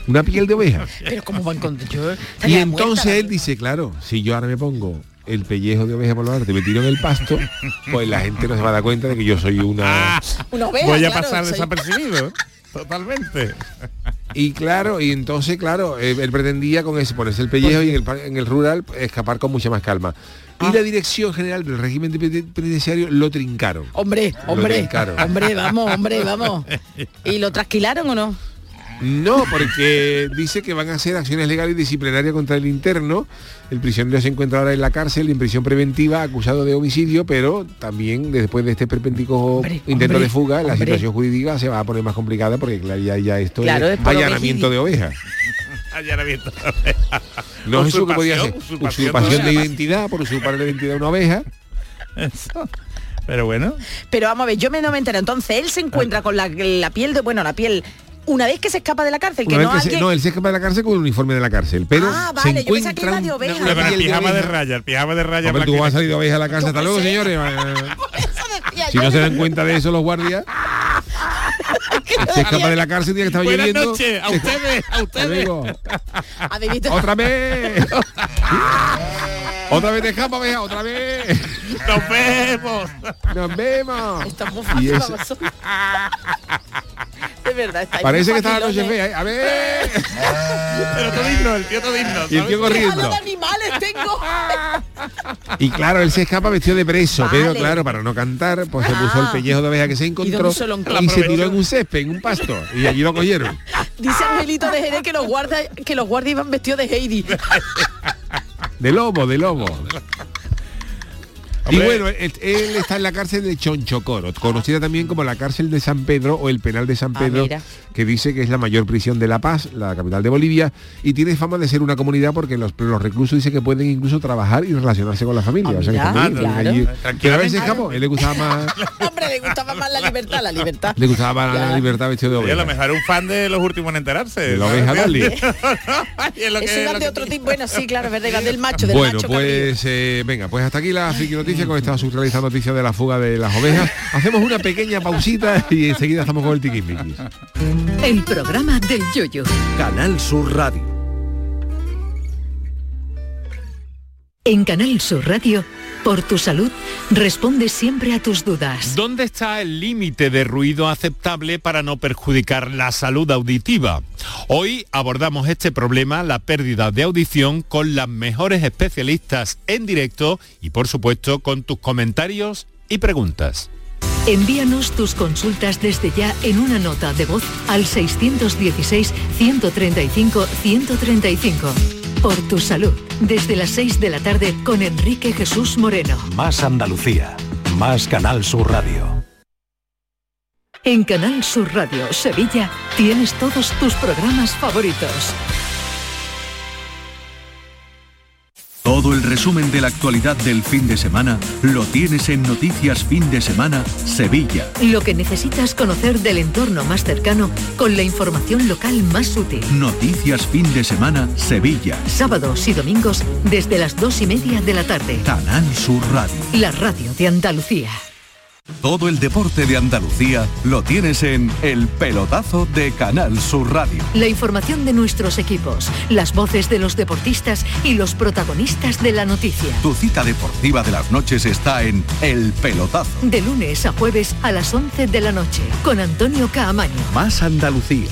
Speaker 4: Una piel de oveja.
Speaker 8: Pero cómo va a encontrar yo.
Speaker 4: Y
Speaker 8: estaría
Speaker 4: entonces
Speaker 8: muerta,
Speaker 4: él dice, claro, si yo ahora me pongo el pellejo de oveja por lo alto y me tiro en el pasto, pues la gente no se va a dar cuenta de que yo soy una...
Speaker 8: Una oveja,
Speaker 7: Voy
Speaker 8: Pues,
Speaker 7: a
Speaker 8: claro,
Speaker 7: pasar
Speaker 8: soy- [laughs]
Speaker 7: desapercibido. Totalmente.
Speaker 4: Y claro, y entonces, claro, eh, él pretendía con ese ponerse el pellejo y en el, par- en el rural pues, escapar con mucha más calma. Y la dirección general del régimen de peni- penitenciario lo trincaron.
Speaker 8: Hombre,
Speaker 4: Lo
Speaker 8: hombre,
Speaker 4: trincaron.
Speaker 8: hombre, vamos, hombre,
Speaker 4: [laughs]
Speaker 8: vamos. ¿Y lo trasquilaron o no?
Speaker 4: No, porque dice que van a hacer acciones legales disciplinarias contra el interno. El prisionero se encuentra ahora en la cárcel, en prisión preventiva, acusado de homicidio, pero también después de este perpéntico
Speaker 8: Hombre,
Speaker 4: intento
Speaker 8: hombre,
Speaker 4: de fuga, la
Speaker 8: hombre.
Speaker 4: situación jurídica se va a poner más complicada porque claro, ya, ya esto
Speaker 8: Claro,
Speaker 4: es
Speaker 8: es por
Speaker 4: allanamiento de ovejas.
Speaker 7: Allanamiento.
Speaker 4: No es eso que podía ser
Speaker 7: Usurpación,
Speaker 4: usurpación,
Speaker 7: usurpación.
Speaker 4: de identidad, por usurpar la identidad de una oveja.
Speaker 7: Eso. Pero bueno,
Speaker 8: Pero vamos a ver, yo me no me entero. Entonces él se
Speaker 4: Ah.
Speaker 8: encuentra con la, la piel de, bueno, la piel, una vez que se escapa de la cárcel,
Speaker 4: Una
Speaker 8: que
Speaker 4: vez
Speaker 8: no
Speaker 4: que se-
Speaker 8: alguien.
Speaker 4: no, él se escapa de la cárcel con el uniforme de la cárcel, pero
Speaker 8: Ah, vale,
Speaker 4: se
Speaker 8: yo pensaba que
Speaker 4: encuentra
Speaker 8: iba
Speaker 4: un-
Speaker 8: de oveja.
Speaker 4: una
Speaker 8: Pero
Speaker 7: pero el
Speaker 4: piel de
Speaker 7: pijama de
Speaker 4: oveja.
Speaker 7: raya, el pijama de raya.
Speaker 4: Hombre, tú
Speaker 7: blanco y
Speaker 4: vas a salir de
Speaker 7: negro.
Speaker 4: oveja a la casa. Hasta luego,
Speaker 8: pensé. [laughs]
Speaker 4: señores.
Speaker 8: [laughs] Eso decía
Speaker 4: Si
Speaker 8: yo.
Speaker 4: no se dan cuenta de eso los
Speaker 7: [laughs]
Speaker 4: guardias, se escapa de la cárcel tiene que estar
Speaker 7: Buenas
Speaker 4: lloviendo.
Speaker 7: noches, a ustedes, a
Speaker 4: Hasta
Speaker 7: ustedes.
Speaker 4: luego.
Speaker 8: A ver, Víctor,
Speaker 4: Otra vez. Otra vez te escapa, oveja, otra vez.
Speaker 7: Nos vemos.
Speaker 4: Nos vemos.
Speaker 8: Está muy
Speaker 4: Y
Speaker 8: fácil
Speaker 4: es-
Speaker 8: para vosotros. [laughs] De verdad, está
Speaker 4: Parece que está
Speaker 8: estaba
Speaker 4: la noche fea. ¿eh? A ver.
Speaker 7: Pero todo digno, el tío todo digno.
Speaker 4: Y el tío
Speaker 7: ¿sabes?
Speaker 4: corriendo.
Speaker 8: de animales tengo!
Speaker 4: Y claro, él se escapa vestido de preso,
Speaker 8: Vale.
Speaker 4: pero claro, para no cantar, pues se puso el pellejo de oveja que se encontró
Speaker 8: puso lo
Speaker 4: y
Speaker 8: enclavo?
Speaker 4: se tiró en un césped, en un pasto. Y allí lo cogieron.
Speaker 8: Dice Angelito de Jerez que los guardas que los guardias iban vestidos de
Speaker 4: [laughs]
Speaker 8: Heidi.
Speaker 4: De lobo, de lobo. Y
Speaker 7: Hombre.
Speaker 4: bueno, él, él está en la cárcel de Chonchocoro, conocida también como la cárcel de San Pedro o el penal de San
Speaker 8: Ah,
Speaker 4: Pedro,
Speaker 8: mira.
Speaker 4: que dice que es la mayor prisión de La Paz, la capital de Bolivia, y tiene fama de ser una comunidad porque los, los reclusos dicen que pueden incluso trabajar y relacionarse con la familia.
Speaker 8: Ah,
Speaker 4: o sea, que
Speaker 8: mira,
Speaker 4: también tienen
Speaker 8: claro.
Speaker 4: allí-
Speaker 7: Tranquilamente.
Speaker 4: Pero a veces escapó, él le gustaba más,
Speaker 8: Hombre, le gustaba más la libertad, la libertad.
Speaker 4: le gustaba más la
Speaker 8: Claro.
Speaker 4: libertad vestido de
Speaker 7: Oye, a lo
Speaker 4: oveja.
Speaker 7: mejor un fan de los últimos en enterarse.
Speaker 4: De la oveja
Speaker 7: [laughs]
Speaker 4: Dolly.
Speaker 7: Y es lo
Speaker 8: Es
Speaker 7: que-
Speaker 8: una
Speaker 7: lo
Speaker 8: de
Speaker 7: que-
Speaker 8: otro tipo. Bueno, sí, claro, es verdad, iba del macho, del
Speaker 4: bueno,
Speaker 8: macho cabrío.
Speaker 4: pues eh, venga, pues hasta aquí la friki noticia con esta surrealista noticia de la fuga de las ovejas. Hacemos una pequeña pausita y enseguida estamos con el tiquismiquis.
Speaker 2: El programa del yoyo.
Speaker 1: Canal Sur Radio.
Speaker 2: En Canal Sur Radio, por tu salud, responde siempre a tus dudas.
Speaker 9: ¿Dónde está el límite de ruido aceptable para no perjudicar la salud auditiva? Hoy abordamos este problema, la pérdida de audición, con las mejores especialistas en directo y por supuesto con tus comentarios y preguntas.
Speaker 2: Envíanos tus consultas desde ya en una nota de voz al 616-135-135. Por tu salud, desde las 6 de la tarde con Enrique Jesús Moreno.
Speaker 1: Más Andalucía. Más Canal Sur Radio.
Speaker 2: En Canal Sur Radio Sevilla tienes todos tus programas favoritos.
Speaker 1: Todo el resumen de la actualidad del fin de semana lo tienes en Noticias Fin de Semana Sevilla.
Speaker 2: Lo que necesitas conocer del entorno más cercano con la información local más útil.
Speaker 1: Noticias Fin de Semana Sevilla.
Speaker 2: Sábados y domingos desde las 2 y media de la tarde.
Speaker 1: Canal Sur Radio.
Speaker 2: La radio de Andalucía.
Speaker 1: Todo el deporte de Andalucía lo tienes en El Pelotazo de Canal Sur Radio.
Speaker 2: La información de nuestros equipos, las voces de los deportistas y los protagonistas de la noticia.
Speaker 1: Tu cita deportiva de las noches está en El Pelotazo.
Speaker 2: De lunes a jueves a las 11 de la noche con Antonio Caamaño.
Speaker 1: Más Andalucía.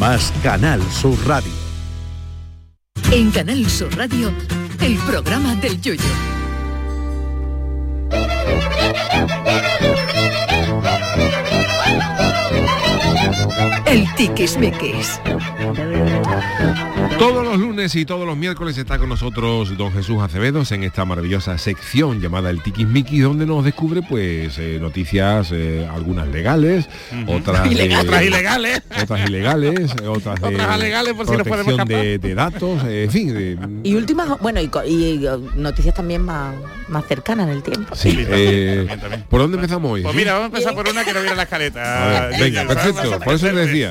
Speaker 1: Más Canal Sur Radio.
Speaker 2: En Canal Sur Radio, el programa del Yoyo. El tiquismiquis.
Speaker 4: Todos los lunes y todos los miércoles está con nosotros don Jesús Acevedos en esta maravillosa sección llamada El Tiquismiqui, donde nos descubre pues eh, noticias, eh, algunas legales,
Speaker 7: [laughs]
Speaker 4: otras, de-
Speaker 7: Otras ilegales.
Speaker 4: otras
Speaker 7: [laughs]
Speaker 4: ilegales, eh, otras de
Speaker 7: Otras alegales, por si nos podemos
Speaker 4: protección de, de datos, eh, en fin, de-
Speaker 8: Y últimas, bueno, y, co- y, eh, noticias también más, más cercanas en el tiempo.
Speaker 4: sí,
Speaker 7: también,
Speaker 4: eh,
Speaker 7: también, también.
Speaker 4: ¿Por dónde empezamos hoy?
Speaker 7: Pues mira, vamos a empezar por una que no viene en la escaleta.
Speaker 4: Vale, venga, perfecto, por eso te decía.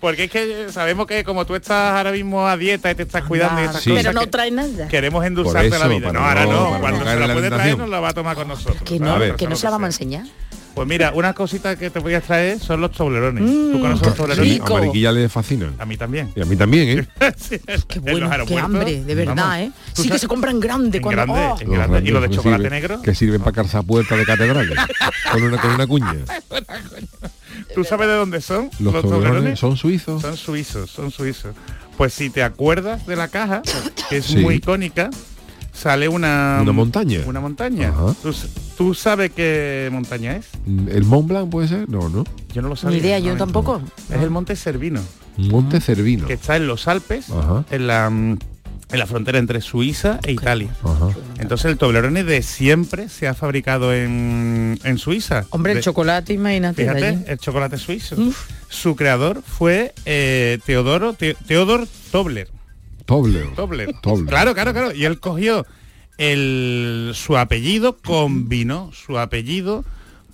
Speaker 7: Porque es que sabemos que como tú estás ahora mismo a dieta y te estás cuidando y
Speaker 8: Nada,
Speaker 7: estas
Speaker 4: Sí.
Speaker 7: cosas,
Speaker 8: Pero no
Speaker 7: que-
Speaker 8: trae nada.
Speaker 7: queremos endulzarte
Speaker 4: Por eso,
Speaker 7: la vida.
Speaker 4: para
Speaker 7: No, ahora
Speaker 4: no-
Speaker 7: no.
Speaker 4: para no
Speaker 7: Cuando se
Speaker 4: caer en
Speaker 7: la
Speaker 4: la
Speaker 7: puede traer,
Speaker 4: tentación.
Speaker 7: nos la va a tomar con nosotros.
Speaker 8: Que
Speaker 7: ¿sabes?
Speaker 8: no,
Speaker 4: ver.
Speaker 8: que no se la vamos a
Speaker 7: sea.
Speaker 8: enseñar.
Speaker 7: Pues mira, una cosita que te podías traer son los toblerones.
Speaker 8: Mm,
Speaker 7: ¿Tú conoces los toblerones?
Speaker 4: Sí, a Mariquilla le fascinan.
Speaker 7: A mí también.
Speaker 4: Y a mí también, ¿eh?
Speaker 7: [laughs] Sí,
Speaker 8: Qué
Speaker 7: en
Speaker 8: bueno,
Speaker 7: los
Speaker 8: qué
Speaker 7: aeropuertos,
Speaker 8: hambre, de verdad,
Speaker 7: vamos.
Speaker 8: ¿eh? Sí
Speaker 7: Tú
Speaker 8: que
Speaker 7: sabes-
Speaker 8: se compran grande
Speaker 7: en
Speaker 8: cuando...
Speaker 7: grande,
Speaker 8: ¡Oh!
Speaker 7: en grande. ¿Y los de
Speaker 4: que
Speaker 7: chocolate
Speaker 4: sirven-
Speaker 7: negro?
Speaker 4: Que sirven para calzapuertas de
Speaker 7: [laughs]
Speaker 4: catedrales. con, una, con una cuña.
Speaker 7: ¿Tú sabes de dónde son
Speaker 4: Los,
Speaker 7: los,
Speaker 4: toblerones
Speaker 7: toblerones?
Speaker 4: son suizos.
Speaker 7: Son suizos, son suizos. Pues si te acuerdas de
Speaker 8: [laughs]
Speaker 7: la caja, que es
Speaker 4: Sí.
Speaker 7: muy icónica, sale una...
Speaker 4: Una montaña.
Speaker 7: Una montaña.
Speaker 4: Ajá.
Speaker 7: ¿Tú, s- tú sabes qué montaña es?
Speaker 4: Mm, ¿El Mont Blanc puede ser? No, ¿no?
Speaker 7: Yo no lo sabía.
Speaker 8: idea, yo
Speaker 7: no,
Speaker 8: tampoco.
Speaker 7: Es el monte Cervino,
Speaker 4: Monte Cervino.
Speaker 7: que está en los Alpes,
Speaker 4: Ajá.
Speaker 7: en la, mm, en la frontera entre Suiza e Italia.
Speaker 4: Ajá.
Speaker 7: Entonces el Toblerone de siempre se ha fabricado en, en Suiza.
Speaker 8: Oh. Hombre, el
Speaker 7: De-
Speaker 8: chocolate, imagínate. de
Speaker 7: Fíjate,
Speaker 8: allí.
Speaker 7: el chocolate suizo.
Speaker 8: Uf.
Speaker 7: Su creador fue eh, Teodoro Te- Theodor Tobler.
Speaker 4: Tobler.
Speaker 7: Tobler.
Speaker 4: Tobler.
Speaker 7: Claro, claro, claro. Y él cogió el, su apellido, combinó su apellido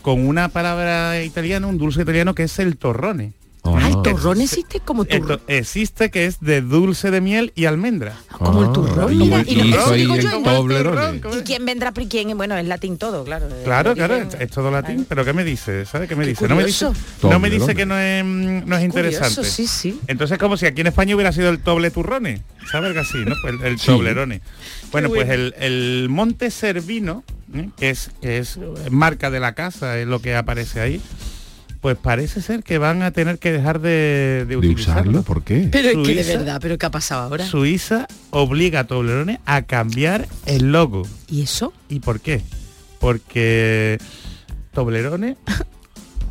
Speaker 7: con una palabra italiana, un dulce italiano que es el torrone.
Speaker 4: Ajá.
Speaker 8: Ah, el torrón existe como
Speaker 7: El to-
Speaker 8: turrón.
Speaker 7: existe que es de dulce de miel y almendra.
Speaker 8: Como el
Speaker 4: Ah,
Speaker 8: turrón,
Speaker 4: y-
Speaker 8: mira.
Speaker 4: y
Speaker 8: lo que
Speaker 4: hizo
Speaker 8: os
Speaker 4: ahí
Speaker 8: digo
Speaker 4: el
Speaker 8: yo,
Speaker 7: Como
Speaker 4: Toblerone.
Speaker 7: turrón, como
Speaker 8: ¿Y
Speaker 7: el-
Speaker 8: quién vendrá pri quién? Bueno, es latín todo, claro. eh,
Speaker 7: Claro, claro,
Speaker 8: origen-
Speaker 7: es todo latín, pero ¿qué me dice? ¿Sabe qué me
Speaker 8: Qué
Speaker 7: dice? No me dice,
Speaker 8: curioso.
Speaker 7: no me
Speaker 4: Toblerone.
Speaker 7: dice que no es, mm, no es interesante.
Speaker 8: Curioso, sí, sí.
Speaker 7: Entonces como si aquí en España hubiera sido el doble turrone, ¿sabes algo así? ¿no? Pues el, el toblerone. Bueno, pues el, el Monte Servino, ¿eh? que es, que es marca de la casa, es lo que aparece ahí, pues parece ser que van a tener que dejar de, de
Speaker 4: ¿De
Speaker 7: utilizarlo.
Speaker 4: usarlo? ¿Por qué?
Speaker 8: Pero es que de
Speaker 7: Suiza.
Speaker 8: verdad, pero ¿qué ha pasado ahora?
Speaker 7: Suiza obliga a Toblerone a cambiar el logo.
Speaker 8: ¿Y eso?
Speaker 7: ¿Y por qué? Porque Toblerone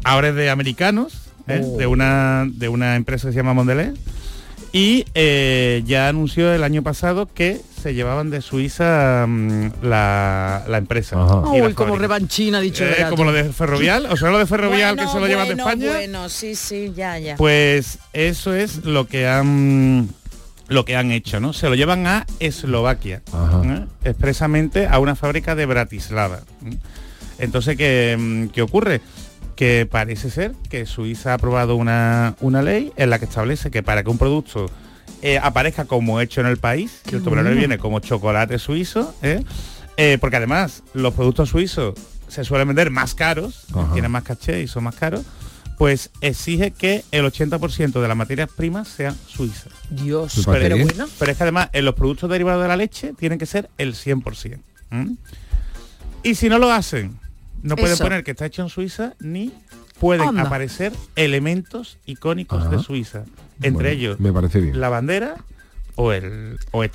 Speaker 7: ahora es de americanos, ¿eh? de, una, de una empresa que se llama Mondelez, y eh, ya anunció el año pasado que se llevaban de Suiza mm, la, la empresa.
Speaker 4: Ajá.
Speaker 7: y la
Speaker 8: Oh, Uy, como
Speaker 7: fábrica.
Speaker 8: revanchina, dicho
Speaker 7: Eh,
Speaker 8: barato.
Speaker 7: como lo de Ferrovial, o sea, lo de Ferrovial que se lo llevan
Speaker 8: bueno,
Speaker 7: de España.
Speaker 8: Bueno, sí, sí, ya, ya.
Speaker 7: Pues eso es lo que han lo que han hecho, ¿no? Se lo llevan a Eslovaquia,
Speaker 4: Ajá.
Speaker 7: ¿no? expresamente a una fábrica de Bratislava. ¿eh? ¿no? Entonces, ¿qué, mm, qué ocurre? Que parece ser que Suiza ha aprobado una, una ley en la que establece que para que un producto eh, aparezca como hecho en el país, que el toblerone viene como chocolate suizo, ¿eh? Eh, porque además los productos suizos se suelen vender más caros,
Speaker 4: Ajá.
Speaker 7: tienen más caché y son más caros, pues exige que el 80% de las materias primas sean suizas.
Speaker 8: Dios,
Speaker 4: Pues para
Speaker 8: pero
Speaker 4: qué.
Speaker 8: bueno.
Speaker 7: Pero es que además en los productos derivados de la leche tienen que ser el 100%. ¿m? Y si no lo hacen, no pueden
Speaker 8: Eso.
Speaker 7: poner que está hecho en Suiza ni pueden
Speaker 8: Anda.
Speaker 7: aparecer elementos icónicos
Speaker 4: Ajá.
Speaker 7: de Suiza. Entre
Speaker 4: Bueno,
Speaker 7: ellos
Speaker 4: Me parece bien.
Speaker 7: la bandera o el o
Speaker 8: Oh, qué,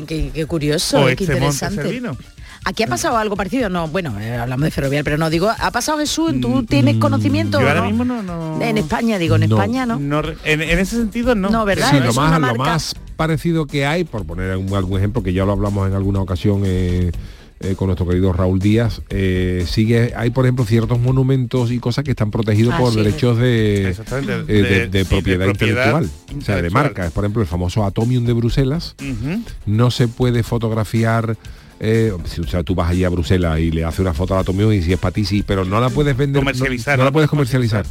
Speaker 7: este
Speaker 8: qué- qué curioso,
Speaker 7: o
Speaker 8: qué
Speaker 7: este monte
Speaker 8: interesante.
Speaker 7: servino.
Speaker 8: Aquí ha pasado algo parecido, no, bueno, eh, hablamos de ferrovial, pero no digo, ¿ha pasado Jesús? ¿Tú tienes conocimiento?
Speaker 7: Mm, Yo
Speaker 8: o
Speaker 7: ahora
Speaker 8: no?
Speaker 7: mismo no, no-
Speaker 8: En España, digo, en
Speaker 4: No.
Speaker 8: España no.
Speaker 7: no re- en, en ese sentido no.
Speaker 8: No, ¿verdad?
Speaker 4: Sí,
Speaker 8: Es
Speaker 4: lo
Speaker 8: una
Speaker 4: más, lo
Speaker 8: marca.
Speaker 4: más parecido que hay, por poner un- algún ejemplo, que ya lo hablamos en alguna ocasión eh, eh, con nuestro querido Raúl Díaz, eh, sigue, hay por ejemplo ciertos monumentos y cosas que están protegidos
Speaker 8: Ah,
Speaker 4: por
Speaker 8: sí.
Speaker 4: derechos de, eh,
Speaker 7: Exactamente,
Speaker 4: de,
Speaker 7: de-
Speaker 4: de
Speaker 7: sí, de
Speaker 4: propiedad,
Speaker 7: propiedad
Speaker 4: intelectual, o sea, de
Speaker 7: intelectual.
Speaker 4: marcas. Por ejemplo, el famoso Atomium de Bruselas
Speaker 7: Ujú.
Speaker 4: no se puede fotografiar. eh, si o sea, tú vas allí a Bruselas y le haces una foto al Atomium y si es para ti sí, pero no la puedes vender, no-
Speaker 7: Comercializar,
Speaker 4: no,
Speaker 7: no
Speaker 4: la puedes
Speaker 7: puedes
Speaker 4: comercializar.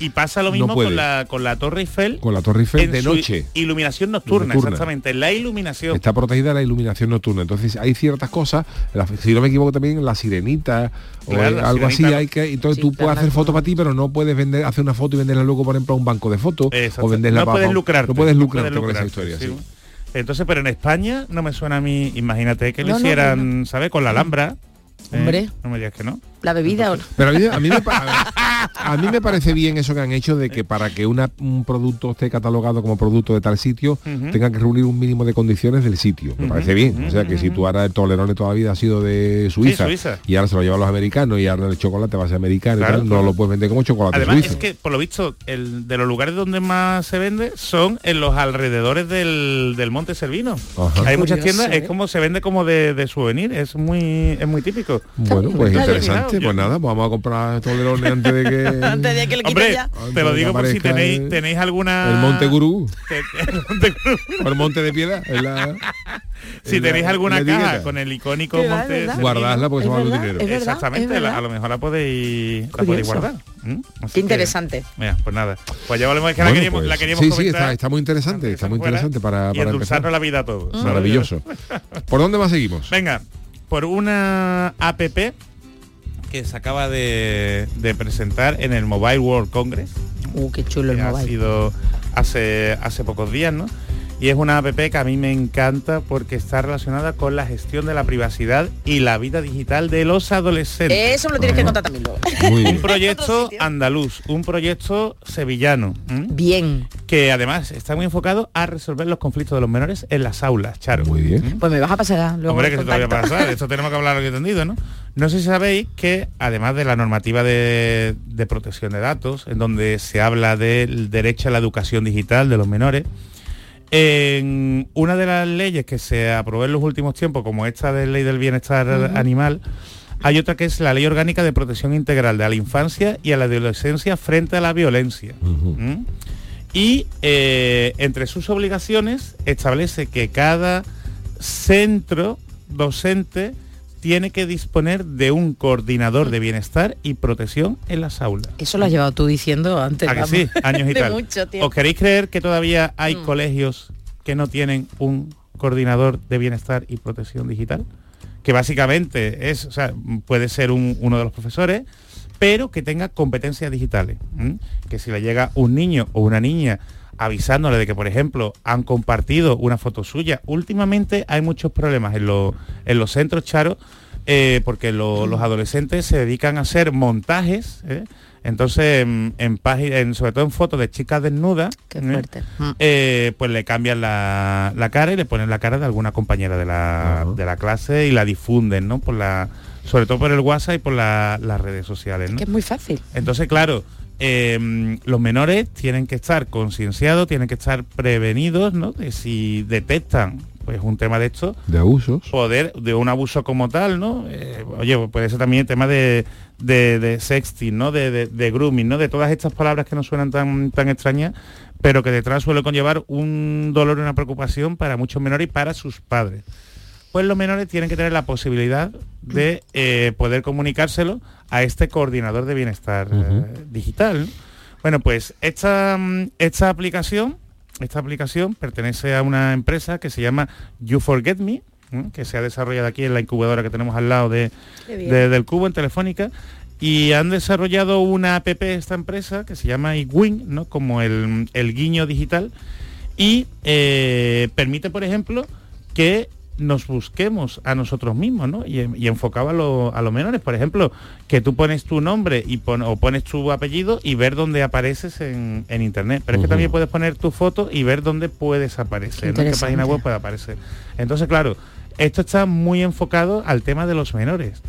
Speaker 7: Y pasa lo
Speaker 4: No
Speaker 7: mismo
Speaker 4: puede.
Speaker 7: con, la, con la Torre Eiffel.
Speaker 4: Con la Torre Eiffel
Speaker 7: en
Speaker 4: de
Speaker 7: su
Speaker 4: noche.
Speaker 7: Iluminación nocturna,
Speaker 4: Nocturna.
Speaker 7: exactamente. La iluminación.
Speaker 4: Está protegida la iluminación nocturna. Entonces hay ciertas cosas, la- si no me equivoco también, la sirenita o
Speaker 7: Claro, la
Speaker 4: algo así,
Speaker 7: sirenita.
Speaker 4: hay que.
Speaker 8: Sí,
Speaker 4: Entonces tú puedes
Speaker 8: claro.
Speaker 4: hacer fotos para ti, pero no puedes vender, hacer una foto y venderla luego, por ejemplo, a un banco de fotos.
Speaker 7: Exacto.
Speaker 4: O venderla
Speaker 7: no
Speaker 4: para-
Speaker 7: puedes lucrar
Speaker 4: No puedes lucrarte con esa historia. sí.
Speaker 7: Entonces, pero en España no me suena a mí, imagínate que lo
Speaker 8: No, no,
Speaker 7: hicieran, ¿sabes? Con la Alhambra. Eh,
Speaker 8: Hombre.
Speaker 7: no me digas que no.
Speaker 8: La bebida. o-
Speaker 4: Pero a mí, a mí me, pa- a mí me parece bien eso que han hecho de que para que una- un producto esté catalogado como producto de tal sitio,
Speaker 7: Ujú.
Speaker 4: tengan que reunir un mínimo de condiciones del sitio. Me
Speaker 7: Ujú,
Speaker 4: parece bien.
Speaker 7: ujú,
Speaker 4: o sea, que si tú ahora el tolerone toda la vida ha sido de Suiza,
Speaker 7: Suiza.
Speaker 4: y ahora se lo llevan los americanos y ahora el chocolate va a ser americano, y
Speaker 7: Claro,
Speaker 4: tal,
Speaker 7: claro.
Speaker 4: no lo puedes vender como chocolate
Speaker 7: Además,
Speaker 4: suizo.
Speaker 7: es que, por lo visto, el, de los lugares donde más se vende son en los alrededores del, del Monte Servino.
Speaker 4: Ajá.
Speaker 7: Hay muchas
Speaker 8: Curioso,
Speaker 7: tiendas,
Speaker 8: ¿eh?
Speaker 7: es como se vende como de, de souvenir, es muy, es muy típico.
Speaker 4: Bueno, pues
Speaker 7: Claro,
Speaker 4: interesante.
Speaker 7: claro.
Speaker 4: Pues nada, pues vamos a comprar
Speaker 7: [laughs]
Speaker 4: tolerone antes de que...
Speaker 8: Antes de que le quite
Speaker 7: Hombre,
Speaker 8: ya.
Speaker 7: te lo
Speaker 4: Antes de
Speaker 7: digo por si
Speaker 4: aparezca
Speaker 7: tenéis,
Speaker 4: el-
Speaker 7: tenéis alguna...
Speaker 4: El Monte Gurú,
Speaker 7: te- [laughs] el Monte Gurú.
Speaker 4: o el Monte de Piedad, es
Speaker 7: [laughs]
Speaker 4: la- [laughs]
Speaker 7: si
Speaker 4: en la-
Speaker 7: tenéis alguna
Speaker 4: en la
Speaker 7: caja
Speaker 4: etiqueta.
Speaker 7: con el icónico
Speaker 8: Qué va,
Speaker 7: Monte
Speaker 8: ¿verdad?
Speaker 7: Servino,
Speaker 4: guardarla porque se
Speaker 8: Es
Speaker 4: va a los
Speaker 8: verdad,
Speaker 4: dineros.
Speaker 8: es verdad,
Speaker 7: Exactamente, la-
Speaker 8: verdad.
Speaker 7: a lo mejor la podéis, la
Speaker 8: Curioso.
Speaker 7: podéis guardar. ¿Mm? Así
Speaker 8: Qué
Speaker 7: que-
Speaker 8: interesante.
Speaker 7: Mira, pues nada. Pues ya volvemos, es que la
Speaker 4: Bueno,
Speaker 7: queríamos,
Speaker 4: pues,
Speaker 7: la queríamos
Speaker 4: sí, sí,
Speaker 7: comentar.
Speaker 4: está- está muy interesante,
Speaker 7: antes de
Speaker 4: está
Speaker 7: que
Speaker 4: muy
Speaker 7: fuera,
Speaker 4: interesante para-
Speaker 7: Y
Speaker 4: para empezar.
Speaker 7: endulzarnos
Speaker 4: Mm.
Speaker 7: la vida a todos. ¿sabes?
Speaker 4: Maravilloso. ¿Por dónde más seguimos?
Speaker 7: Venga, por una app que se acaba de, de presentar en el Mobile World Congress,
Speaker 8: Uh, qué chulo el
Speaker 7: que ha
Speaker 8: mobile.
Speaker 7: sido hace, hace pocos días, ¿no? Y es una app que a mí me encanta porque está relacionada con la gestión de la privacidad y la vida digital de los adolescentes.
Speaker 8: Eso me lo tienes que contar también luego.
Speaker 4: Muy
Speaker 7: Un
Speaker 4: bien.
Speaker 7: proyecto
Speaker 8: sitio.
Speaker 7: andaluz, un proyecto sevillano, ¿m?
Speaker 8: Bien.
Speaker 7: que además está muy enfocado a resolver los conflictos de los menores en las aulas, Charo.
Speaker 4: Muy bien.
Speaker 8: Pues me vas a pasar luego.
Speaker 7: Hombre,
Speaker 8: el
Speaker 7: que se te vaya a
Speaker 8: contacto.
Speaker 7: pasar, de esto tenemos que hablar lo que he entendido, ¿no? No sé si sabéis que, además de la normativa de, de protección de datos, en donde se habla del derecho a la educación digital de los menores, en una de las leyes que se aprobó en los últimos tiempos, como esta de ley del bienestar animal, hay otra que es la ley orgánica de protección integral de la infancia y a la adolescencia frente a la violencia.
Speaker 4: Ujú.
Speaker 7: ¿Mm? Y eh, entre sus obligaciones establece que cada centro docente tiene que disponer de un coordinador de bienestar y protección en las aulas.
Speaker 8: Eso lo has llevado tú diciendo antes.
Speaker 7: ¿A que
Speaker 8: vamos.
Speaker 7: sí? Años y
Speaker 8: De
Speaker 7: tal.
Speaker 8: mucho tiempo.
Speaker 7: ¿Os queréis creer que todavía hay
Speaker 8: Mm.
Speaker 7: colegios que no tienen un coordinador de bienestar y protección digital? Que básicamente es, o sea, puede ser un- uno de los profesores, pero que tenga competencias digitales. ¿m? Que si le llega un niño o una niña avisándole de que, por ejemplo, han compartido una foto suya. Últimamente hay muchos problemas en, los- en los centros, Charo, eh, porque lo- los adolescentes se dedican a hacer montajes, ¿eh? entonces en, en págin- en- sobre todo en fotos de chicas desnudas,
Speaker 8: Qué
Speaker 7: ¿eh?
Speaker 8: fuerte. Mm.
Speaker 7: eh, pues le cambian la, la cara y le ponen la cara de alguna compañera de la,
Speaker 4: Ajá.
Speaker 7: de la clase y la difunden, ¿no? Por la, sobre todo por el WhatsApp y por la- las redes sociales, ¿no?
Speaker 8: Que es muy fácil.
Speaker 7: Entonces, claro, eh, los menores tienen que estar concienciados, tienen que estar prevenidos, ¿no? De si detectan pues un tema de esto,
Speaker 4: De abusos.
Speaker 7: poder de un abuso como tal, ¿no? Eh, oye, pues puede ser también el tema de, de, de sexting, ¿no? De, de- de grooming, ¿no? De todas estas palabras que nos suenan tan, tan extrañas, pero que detrás suele conllevar un dolor y una preocupación para muchos menores y para sus padres. Pues los menores tienen que tener la posibilidad de eh, poder comunicárselo a este coordinador de bienestar
Speaker 4: Ujú.
Speaker 7: eh, digital. ¿no? Bueno, pues esta, mm, esta aplicación, esta aplicación pertenece a una empresa que se llama You Forget Me, ¿m? que se ha desarrollado aquí en la incubadora que tenemos al lado de, de- del cubo en Telefónica. Y han desarrollado una app esta empresa que se llama iWin, ¿no? Como el, el guiño digital. Y eh, permite, por ejemplo, que nos busquemos a nosotros mismos, ¿no? Y, en- y enfocado a, lo- a los menores. Por ejemplo, que tú pones tu nombre y pon- o pones tu apellido y ver dónde apareces en, en internet. Pero es que
Speaker 4: Ujú.
Speaker 7: también puedes poner tu foto y ver dónde puedes aparecer, ¿no? En qué página
Speaker 8: Interesante.
Speaker 7: web puede aparecer. Entonces, claro, esto está muy enfocado al tema de los menores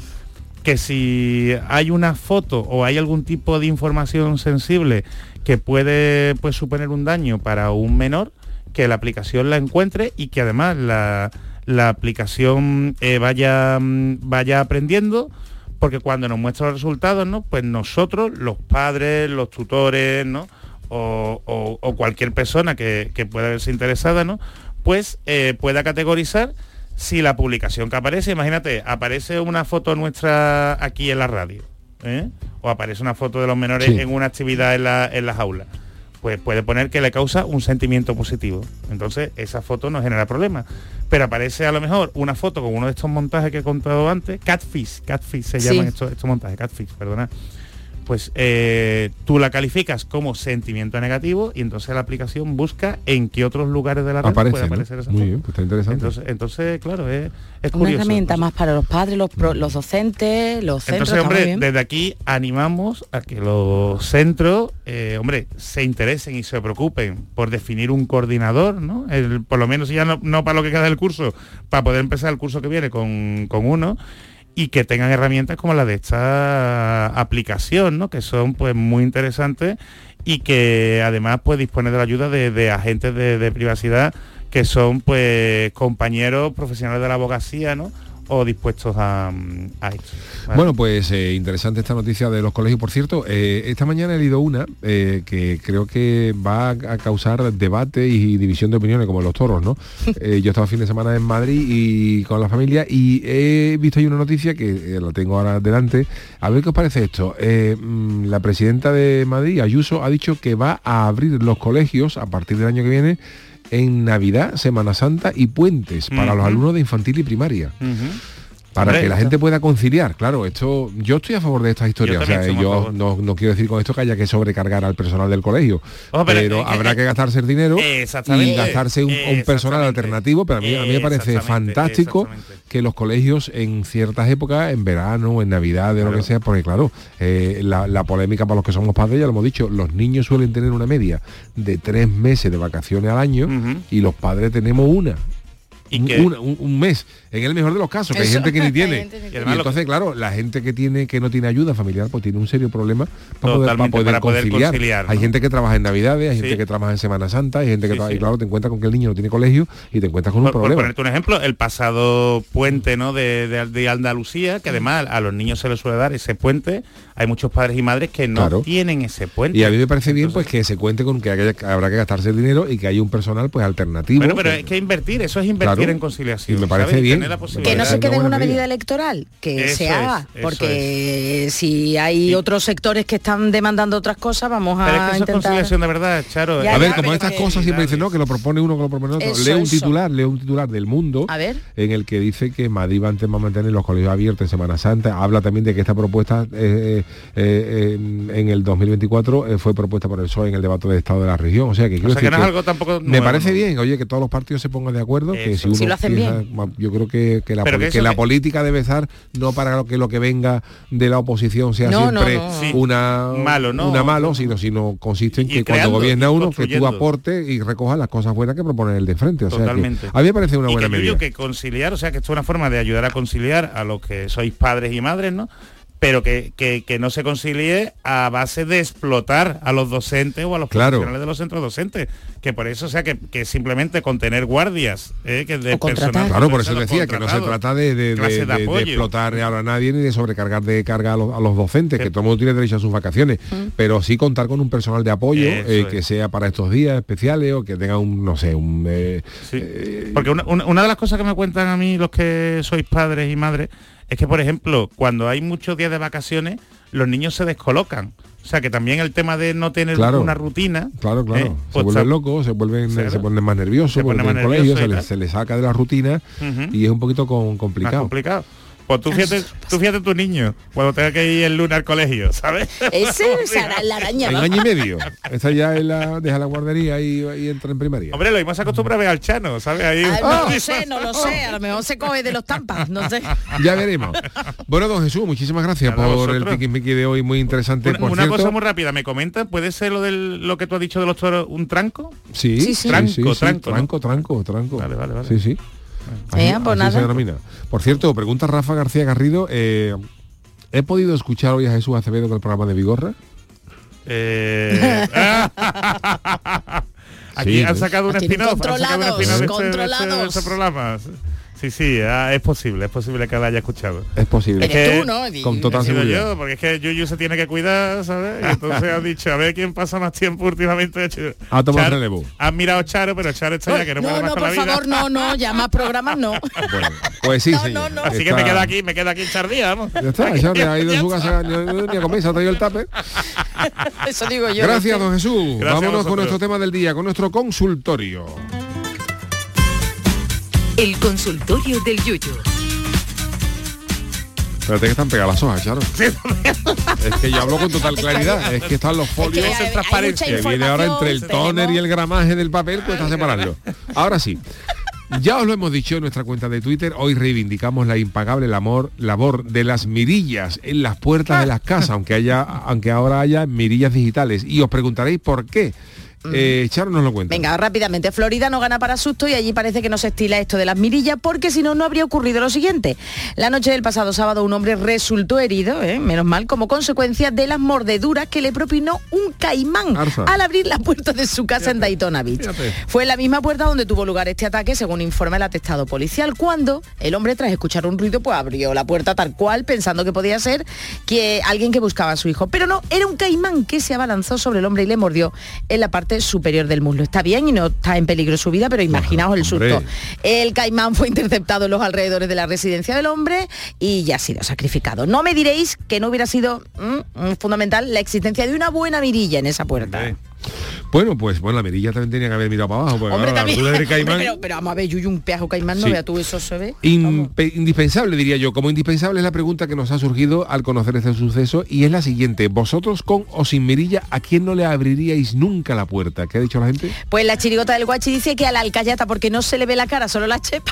Speaker 7: que si hay una foto o hay algún tipo de información sensible que puede pues, suponer un daño para un menor, que la aplicación la encuentre y que además la, la aplicación eh, vaya, mm, vaya aprendiendo, porque cuando nos muestra los resultados, ¿no? Pues nosotros, los padres, los tutores, ¿no? O, o- o cualquier persona que, que pueda verse interesada, ¿no? Pues eh, pueda categorizar si la publicación que aparece, imagínate, aparece una foto nuestra aquí en la radio, ¿eh? o aparece una foto de los menores en una actividad en la, en la jaula, pues puede poner que le causa un sentimiento positivo. Entonces esa foto no genera problema. Pero aparece a lo mejor una foto con uno de estos montajes que he contado antes, catfish, catfish se
Speaker 8: Sí.
Speaker 7: llaman estos, estos montajes, catfish, perdona. Pues eh, tú la calificas como sentimiento negativo y entonces la aplicación busca en qué otros lugares de la red
Speaker 4: Aparece,
Speaker 7: puede
Speaker 4: ¿no?
Speaker 7: aparecer esa
Speaker 4: Muy
Speaker 7: foto.
Speaker 4: bien, pues está interesante.
Speaker 7: Entonces, entonces, claro, es,
Speaker 8: Una
Speaker 7: es curioso.
Speaker 8: herramienta
Speaker 7: Entonces-
Speaker 8: más para los padres, los, pro- los docentes, los centros. está
Speaker 7: Entonces,
Speaker 8: muy
Speaker 7: hombre,
Speaker 8: bien.
Speaker 7: desde aquí animamos a que los centros, eh, hombre, se interesen y se preocupen por definir un coordinador, ¿no? El- por lo menos ya no, no para lo que queda del curso, para poder empezar el curso que viene con, con uno y que tengan herramientas como la de esta aplicación, ¿no? Que son pues muy interesantes y que además pues dispone de la ayuda de, de agentes de, de privacidad que son pues compañeros profesionales de la abogacía, ¿no? O dispuestos a, mm, a esto. ¿vale?
Speaker 4: Bueno, pues eh, interesante esta noticia de los colegios. Por cierto, eh, esta mañana he leído una eh, que creo que va a- a causar debate y división de opiniones, como los toros,
Speaker 7: [laughs]
Speaker 4: ¿no? Eh, yo estaba fin de semana en Madrid y con la familia y he visto ahí una noticia que eh, la tengo ahora delante. A ver qué os parece esto. Eh, mm, la presidenta de Madrid, Ayuso, ha dicho que va a abrir los colegios a partir del año que viene en Navidad, Semana Santa y puentes para los
Speaker 7: Ujú.
Speaker 4: alumnos de infantil y primaria.
Speaker 7: Ujú.
Speaker 4: Para
Speaker 7: Hombre,
Speaker 4: que la
Speaker 7: esto-
Speaker 4: gente pueda conciliar, claro, esto yo estoy a favor de estas historias,
Speaker 7: Yo
Speaker 4: o sea,
Speaker 7: también estoy muy a
Speaker 4: yo
Speaker 7: favor.
Speaker 4: no, no quiero decir con esto que haya que sobrecargar al personal del colegio,
Speaker 7: Ojo,
Speaker 4: pero,
Speaker 7: pero es que-
Speaker 4: habrá que gastarse el dinero
Speaker 7: Exactamente.
Speaker 4: y gastarse un, un personal
Speaker 7: Exactamente.
Speaker 4: alternativo, pero a mí, a mí me parece
Speaker 7: Exactamente,
Speaker 4: fantástico
Speaker 7: exactamente.
Speaker 4: que los colegios en ciertas épocas, en verano, en Navidad, de lo que sea, porque claro, eh, la, la polémica para los que somos padres, ya lo hemos dicho, los niños suelen tener una media de tres meses de vacaciones al año
Speaker 7: Ujú.
Speaker 4: y los padres tenemos una.
Speaker 7: Y
Speaker 4: un-
Speaker 7: que-
Speaker 4: una- un, un mes, en el mejor de los casos, que hay
Speaker 8: Eso,
Speaker 4: gente que ni
Speaker 8: [laughs] hay
Speaker 4: tiene.
Speaker 8: gente que
Speaker 4: Y
Speaker 7: Y además lo-
Speaker 4: entonces, claro, la gente que tiene que no tiene ayuda familiar, pues tiene un serio problema para poder, para
Speaker 7: Totalmente,
Speaker 4: poder
Speaker 7: para poder
Speaker 4: conciliar.
Speaker 7: conciliar, ¿no?
Speaker 4: Hay gente que trabaja en Navidades, hay gente
Speaker 7: Sí.
Speaker 4: que trabaja en Semana Santa, hay gente que
Speaker 7: Sí,
Speaker 4: trabaja, y
Speaker 7: sí.
Speaker 4: claro, te encuentras con que el niño no tiene colegio y te encuentras con un
Speaker 7: Por, por
Speaker 4: problema.
Speaker 7: ponerte un ejemplo, el pasado puente ¿no? de, de- de Andalucía, que además a los niños se les suele dar ese puente, hay muchos padres y madres que no
Speaker 4: Claro.
Speaker 7: tienen ese puente.
Speaker 4: Y a mí me parece bien pues que se cuente con que haya- habrá que gastarse el dinero y que haya un personal pues alternativo.
Speaker 7: Bueno, pero
Speaker 4: que-
Speaker 7: es que invertir, eso es invertir
Speaker 4: Claro.
Speaker 7: en conciliación.
Speaker 4: Y me
Speaker 7: ¿sabes?
Speaker 4: parece bien.
Speaker 7: tener la
Speaker 4: Me
Speaker 7: posibilidad.
Speaker 8: Que no
Speaker 4: Vale,
Speaker 8: se
Speaker 4: una
Speaker 8: quede en
Speaker 4: buena
Speaker 8: una
Speaker 4: medida.
Speaker 8: avenida electoral, que
Speaker 7: Eso
Speaker 8: se
Speaker 7: es,
Speaker 8: haga,
Speaker 7: eso
Speaker 8: porque si hay
Speaker 7: Y-
Speaker 8: otros sectores que están demandando otras cosas, vamos a
Speaker 7: Pero es que eso es
Speaker 8: intentar...
Speaker 7: conciliación de verdad, Charo.
Speaker 8: Ya,
Speaker 4: a
Speaker 7: Es
Speaker 4: ver,
Speaker 8: ya,
Speaker 4: como
Speaker 8: pero
Speaker 4: estas
Speaker 8: que-
Speaker 4: cosas siempre dicen, no, que lo propone uno, que lo propone otro.
Speaker 8: Eso,
Speaker 4: leo un
Speaker 8: eso.
Speaker 4: titular, leo un titular del mundo
Speaker 8: A ver.
Speaker 4: en el que dice que Madrid va a antes- va a mantener los colegios abiertos en Semana Santa. Habla también de que esta propuesta eh, eh, eh, en el 2024 eh, fue propuesta por el PSOE en el debate de Estado de la región. O sea que, quiero
Speaker 7: O sea, que
Speaker 4: decir
Speaker 7: no es algo tampoco
Speaker 4: Me
Speaker 7: nuevo,
Speaker 4: parece
Speaker 7: ¿no?
Speaker 4: bien, oye, que todos los partidos se pongan de acuerdo, que
Speaker 7: Eso.
Speaker 4: si uno
Speaker 8: Si lo hacen
Speaker 4: piensa- yo creo que, que la,
Speaker 7: Pero
Speaker 4: poli-
Speaker 7: que
Speaker 4: que
Speaker 7: eso
Speaker 4: la
Speaker 7: que-
Speaker 4: política debe estar no para lo que lo que venga de la oposición sea
Speaker 8: No, no,
Speaker 4: siempre
Speaker 8: no.
Speaker 7: Sí.
Speaker 4: una
Speaker 7: Malo, ¿no?
Speaker 4: una malo, sino sino consiste en
Speaker 7: Y
Speaker 4: que
Speaker 7: creando,
Speaker 4: cuando gobierna
Speaker 7: y
Speaker 4: uno que tú
Speaker 7: construyendo.
Speaker 4: aportes y recojas las cosas buenas que propone el de frente. O sea que
Speaker 7: Totalmente.
Speaker 4: a mí me parece una
Speaker 7: y
Speaker 4: buena
Speaker 7: que yo
Speaker 4: medida.
Speaker 7: digo que conciliar, o sea, que esto es una forma de ayudar a conciliar a los que sois padres y madres, ¿no? Pero que, que- que no se concilie a base de explotar a los docentes o a los
Speaker 4: Claro.
Speaker 7: profesionales de los centros docentes. Que por eso, o sea, que, que simplemente con tener guardias, ¿eh? que de
Speaker 8: O contratar.
Speaker 7: personal-
Speaker 4: Claro, por eso
Speaker 7: los
Speaker 4: decía que no se
Speaker 7: contratados,
Speaker 4: trata de, de- de-
Speaker 7: clases
Speaker 4: de- de
Speaker 7: apoyo.
Speaker 4: explotar ahora a nadie ni de sobrecargar de carga a los, a los docentes,
Speaker 7: Sí.
Speaker 4: que todo el mundo tiene derecho a sus vacaciones, pero sí contar con un personal de apoyo
Speaker 7: Eso
Speaker 4: eh,
Speaker 7: es.
Speaker 4: que sea para estos días especiales o que tenga un, no sé, un... eh,
Speaker 7: Sí. Porque una, una- una de las cosas que me cuentan a mí los que sois padres y madres es que, por ejemplo, cuando hay muchos días de vacaciones, los niños se descolocan. O sea, que también el tema de no tener
Speaker 4: Claro.
Speaker 7: una rutina.
Speaker 4: Claro, claro.
Speaker 7: ¿eh?
Speaker 4: se
Speaker 7: Pues
Speaker 4: vuelven
Speaker 7: está-
Speaker 4: locos, se vuelven,
Speaker 7: Claro.
Speaker 4: se ponen más nerviosos,
Speaker 7: Se ponen
Speaker 4: porque
Speaker 7: más
Speaker 4: en el
Speaker 7: nerviosos
Speaker 4: colegio se
Speaker 7: y
Speaker 4: les,
Speaker 7: tal.
Speaker 4: se les saca de la rutina
Speaker 7: Ujú.
Speaker 4: y es un poquito con-
Speaker 7: más
Speaker 4: complicado.
Speaker 7: complicado. Pues tú fíjate, tú fíjate tu niño cuando tenga que ir el lunes al colegio, ¿sabes? [laughs] Pues
Speaker 8: Ese se hará la araña,
Speaker 4: En
Speaker 8: va.
Speaker 4: año y medio. Esta ya es la, deja la guardería y, y entra en primaria.
Speaker 7: Hombre, lo mismo se acostumbra a ver al Chano, ¿sabes? Ahí,
Speaker 8: Ay, no
Speaker 7: ¡Ah!
Speaker 8: lo sé, no lo sé, a lo mejor se coge de los tampas, no
Speaker 7: [laughs]
Speaker 8: sé.
Speaker 4: Ya veremos. Bueno, don Jesús, muchísimas gracias
Speaker 7: Nada,
Speaker 4: por el
Speaker 7: vosotros.
Speaker 4: piquismiqui de hoy, muy interesante.
Speaker 7: Una,
Speaker 4: por
Speaker 7: una
Speaker 4: cierto.
Speaker 7: cosa muy rápida, me comentan, ¿puede ser lo del lo que tú has dicho de los toros un tranco?
Speaker 4: Sí,
Speaker 8: Sí, sí.
Speaker 4: tranco,
Speaker 7: Tranco, tranco, ¿no?
Speaker 4: tranco, tranco, tranco.
Speaker 7: Vale, vale, vale.
Speaker 4: Sí, sí.
Speaker 8: Eh, pues
Speaker 4: así se
Speaker 8: nada.
Speaker 4: denomina. Por cierto, pregunta Rafa García Garrido. eh, ¿He podido escuchar hoy a Jesús Acevedo con el programa de Vigorra?
Speaker 7: Eh, [laughs] Aquí
Speaker 4: Sí, pues.
Speaker 7: han
Speaker 4: sí.
Speaker 7: sacado un
Speaker 8: Aquí tienen
Speaker 7: spin-off. han sacado un
Speaker 8: controlados,
Speaker 7: spin-off de este- de este-
Speaker 8: controlados.
Speaker 7: de este programa. Sí, sí, ah, es posible, es posible que la haya escuchado.
Speaker 4: Es posible.
Speaker 7: Es que-
Speaker 8: Eres tú, ¿no? Di-
Speaker 4: Con total
Speaker 7: He sido
Speaker 4: seguridad.
Speaker 7: yo, porque es que Yuyu se tiene que cuidar, ¿sabes? Y entonces ha dicho, a ver quién pasa más tiempo últimamente.
Speaker 4: Ha tomado
Speaker 7: Charo-
Speaker 4: relevo.
Speaker 7: Has mirado Charo, pero Charo está ya que no, puede
Speaker 8: No,
Speaker 7: más
Speaker 8: no,
Speaker 7: con la
Speaker 8: por
Speaker 7: vida. [laughs]
Speaker 8: favor, no, no, ya más programas no.
Speaker 4: [laughs] Bueno, Pues sí,
Speaker 6: No,
Speaker 4: señor.
Speaker 6: no, no.
Speaker 7: Así que
Speaker 4: Está-
Speaker 7: me quedo aquí, me quedo aquí en Chardía, vamos.
Speaker 4: Ya está, Charlie ha ido a su casa ni a ni a comer, se ha traído el tape.
Speaker 8: Eso digo yo.
Speaker 4: Gracias, don Jesús.
Speaker 7: Gracias a
Speaker 4: Vámonos con
Speaker 7: vosotros.
Speaker 4: nuestro tema del día, con nuestro consultorio.
Speaker 2: El consultorio del Yuyo.
Speaker 4: Espérate que están pegadas las hojas, Charo. es que yo hablo con total claridad. Es que están los folios.
Speaker 7: hay- hay mucha transparencia.
Speaker 4: que viene ahora entre el tóner y el gramaje del papel, cuesta separarlo. Ahora sí. Ya os lo hemos dicho en nuestra cuenta de Twitter, hoy reivindicamos la impagable labor, labor de las mirillas en las puertas de las casas, aunque, haya, aunque ahora haya mirillas digitales. Y os preguntaréis por qué. Eh, Charo nos lo cuenta.
Speaker 8: Venga, rápidamente. Florida no gana para susto y allí parece que no se estila esto de las mirillas porque si no, no habría ocurrido lo siguiente. La noche del pasado sábado un hombre resultó herido, ¿eh? menos mal, como consecuencia de las mordeduras que le propinó un caimán
Speaker 4: Arza.
Speaker 8: al abrir la puerta de su casa en Daytona Beach.
Speaker 4: fíjate.
Speaker 8: Fue en la misma puerta donde tuvo lugar este ataque, según informa el atestado policial, cuando el hombre, tras escuchar un ruido, pues abrió la puerta tal cual, pensando que podía ser que alguien que buscaba a su hijo. Pero no, era un caimán que se abalanzó sobre el hombre y le mordió en la parte superior del muslo. Está bien y no está en peligro su vida, pero imaginaos el
Speaker 4: hombre.
Speaker 8: susto. El caimán fue interceptado en los alrededores de la residencia del hombre y ya ha sido sacrificado. No me diréis que no hubiera sido mm, mm, fundamental la existencia de una buena mirilla en esa puerta.
Speaker 4: Bueno, pues bueno, la mirilla también tenía que haber mirado para abajo.
Speaker 7: Pues
Speaker 4: porque,
Speaker 8: Hombre,
Speaker 4: claro, la
Speaker 8: también.
Speaker 4: altura del caimán-
Speaker 8: [laughs] Hombre, pero, pero vamos a ver, Yuyu, un peajo caimán, no
Speaker 4: Sí.
Speaker 8: vea tú, eso se ve. Vamos.
Speaker 4: Impe- indispensable, diría yo. Como indispensable es la pregunta que nos ha surgido al conocer este suceso y es la siguiente. Vosotros con o sin mirilla, ¿a quién no le abriríais nunca la puerta? ¿Qué ha dicho la gente?
Speaker 8: Pues la chirigota del guachi dice que a la alcayata, porque no se le ve la cara, solo la
Speaker 7: [laughs]
Speaker 8: chepa.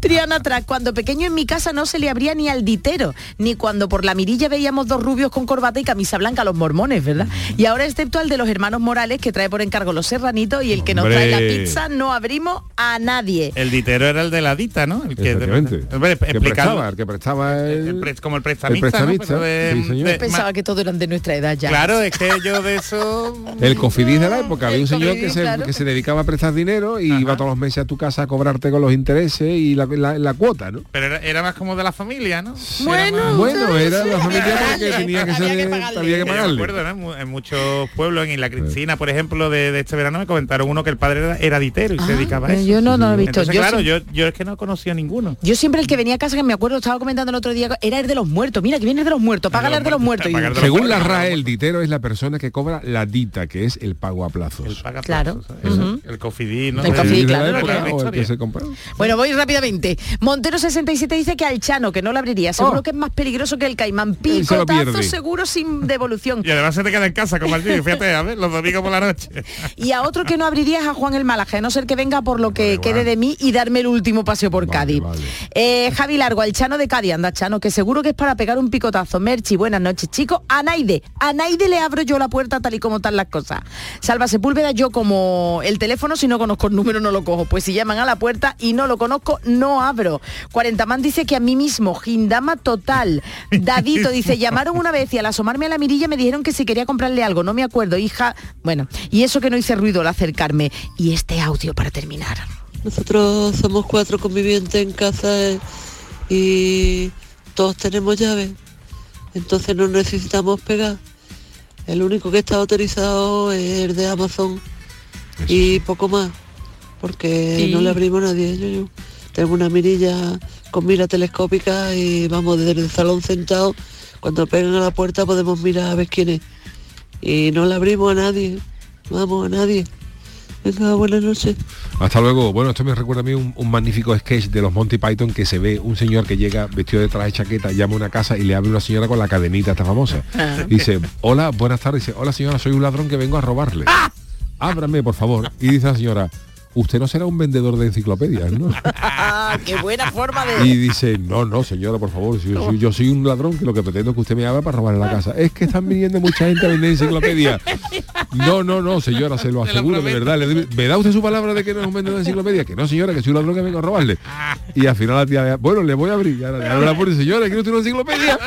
Speaker 8: Triana atrás, cuando pequeño en mi casa no se le abría ni al ditero, ni cuando por la mirilla veíamos dos rubios con corbata y camisa blanca, los mormones, ¿verdad? Y ahora excepto al de los hermanos Morales, que trae por encargo los serranitos, y el que nos trae la
Speaker 7: Hombre. Eh,
Speaker 8: pizza, no abrimos a nadie.
Speaker 7: El ditero era el de la dita, ¿no? El que,
Speaker 4: Efectivamente.
Speaker 7: Hombre,
Speaker 4: que
Speaker 7: explicado.
Speaker 4: prestaba, el que prestaba el-
Speaker 7: El pre- como el prestamista,
Speaker 4: El prestamista,
Speaker 7: ¿no? Pero de-
Speaker 4: sí, señor.
Speaker 7: de-
Speaker 8: Pensaba
Speaker 7: ma-
Speaker 8: que todos eran de nuestra edad ya.
Speaker 7: Claro, es que yo de eso...
Speaker 4: [laughs] El cofidis de la época, había
Speaker 8: El
Speaker 4: un señor que
Speaker 8: cofidis,
Speaker 4: se,
Speaker 8: claro.
Speaker 4: que se dedicaba a prestar dinero y iba todos los meses a tu casa a cobrarte con los intereses y la, la- la cuota, ¿no?
Speaker 7: Pero era, era más como de la familia, ¿no? Era
Speaker 8: Bueno,
Speaker 7: más-
Speaker 4: Bueno, era la [laughs] familia porque
Speaker 8: Había
Speaker 4: tenía que
Speaker 8: que
Speaker 4: ser,
Speaker 8: pagarle.
Speaker 4: había que
Speaker 7: Que yo me
Speaker 4: pagarle.
Speaker 7: acuerdo, ¿no? En mu- En muchos pueblos, en la Cristina, por ejemplo, de, de este verano me comentaron uno que el padre era, era ditero y se
Speaker 8: Ah,
Speaker 7: dedicaba a eso.
Speaker 8: yo no- no lo he visto.
Speaker 7: Entonces,
Speaker 8: Yo
Speaker 7: claro,
Speaker 8: sí-
Speaker 7: yo, yo es que no conocía ninguno.
Speaker 8: Yo siempre el que venía a casa, que me acuerdo, estaba comentando el otro día, era el de los muertos. Mira, que viene el de los muertos, paga el de los muertos.
Speaker 7: Paga el de los
Speaker 4: Según la
Speaker 7: muertos.
Speaker 4: RAE, el ditero es la persona que cobra la dita, que es el pago a plazos.
Speaker 7: El paga
Speaker 8: Claro.
Speaker 7: plazos, ¿sabes?
Speaker 8: Ujú.
Speaker 7: El cofidí, ¿no?
Speaker 8: El
Speaker 4: ¿El
Speaker 8: cofidí,
Speaker 4: de la
Speaker 8: claro,
Speaker 4: época
Speaker 8: claro.
Speaker 4: o el que
Speaker 7: historia.
Speaker 4: se compra?
Speaker 8: Bueno, voy rápidamente. Montero 67 dice que al Chano, que no lo abriría. Seguro
Speaker 4: Oh.
Speaker 8: que es más peligroso que el caimán.
Speaker 4: Él se lo
Speaker 8: Picotazo
Speaker 4: pierde.
Speaker 8: seguro sin
Speaker 4: [laughs]
Speaker 8: devolución.
Speaker 7: Y además se te queda en casa como el tío, fíjate, a ver, los domingos por
Speaker 8: [laughs]
Speaker 7: la noche.
Speaker 8: Y a otro que no abriría es a Juan el Málaga, a no ser que venga por lo que
Speaker 7: Vale,
Speaker 8: quede
Speaker 7: guau.
Speaker 8: de mí y darme el último paseo por
Speaker 4: Vale,
Speaker 8: Cádiz.
Speaker 4: vale.
Speaker 8: Eh, Javi Largo, al Chano de Cádiz, anda Chano, que seguro que es para pegar un picotazo. Merchi, buenas noches, chicos. A Naide, a Naide le abro yo la puerta tal y como están las cosas. Salva Sepúlveda, yo como el teléfono, si no conozco el número no lo cojo. Pues si llaman a la puerta y no lo conozco, no abro. Cuarentamán dice que a mí mismo, Gindama total. Dadito dice, llamaron una vez y al asomarme a la mirilla me dijeron que si quería comprarle algo, no me acuerdo, hija. Bueno, y eso que no hice ruido al acercarme. Y este audio para terminar.
Speaker 10: Nosotros somos cuatro convivientes en casa eh, y todos tenemos llaves, entonces no necesitamos pegar. El único que está autorizado es el de Amazon y poco más, porque
Speaker 8: Sí.
Speaker 10: no le abrimos a nadie. Yo, yo tengo una mirilla con mira telescópica y vamos desde el salón sentado. Cuando pegan a la puerta podemos mirar a ver quién es. Y no le abrimos a nadie, vamos a nadie. Venga, buenas noches.
Speaker 4: Hasta luego. Bueno, esto me recuerda a mí un, un magnífico sketch de los Monty Python que se ve un señor que llega vestido de traje y chaqueta, llama a una casa y le abre una señora con la cadenita esta famosa.
Speaker 8: Ah.
Speaker 4: Dice, hola, buenas tardes. Dice, hola señora, soy un ladrón que vengo a robarle.
Speaker 8: Ah.
Speaker 4: Ábrame, por favor. Y dice la señora, usted no será un vendedor de enciclopedias,
Speaker 8: [laughs]
Speaker 4: ¿no?
Speaker 8: Ah, qué buena forma
Speaker 4: Y dice, no, no, señora, por favor, si- si- yo, soy un ladrón que lo que pretendo es que usted me haga para robar la casa. Es que están viniendo mucha gente a vender enciclopedia. No, no, no, señora, se lo aseguro, de verdad. le doy- ¿Me da usted su palabra de que no es un vendedor de enciclopedia? Que no, señora, que soy un ladrón que vengo a robarle. Y al final la tía, bueno, le voy a abrir. Ya, ya la pone, señora, ¿quiere usted una enciclopedia?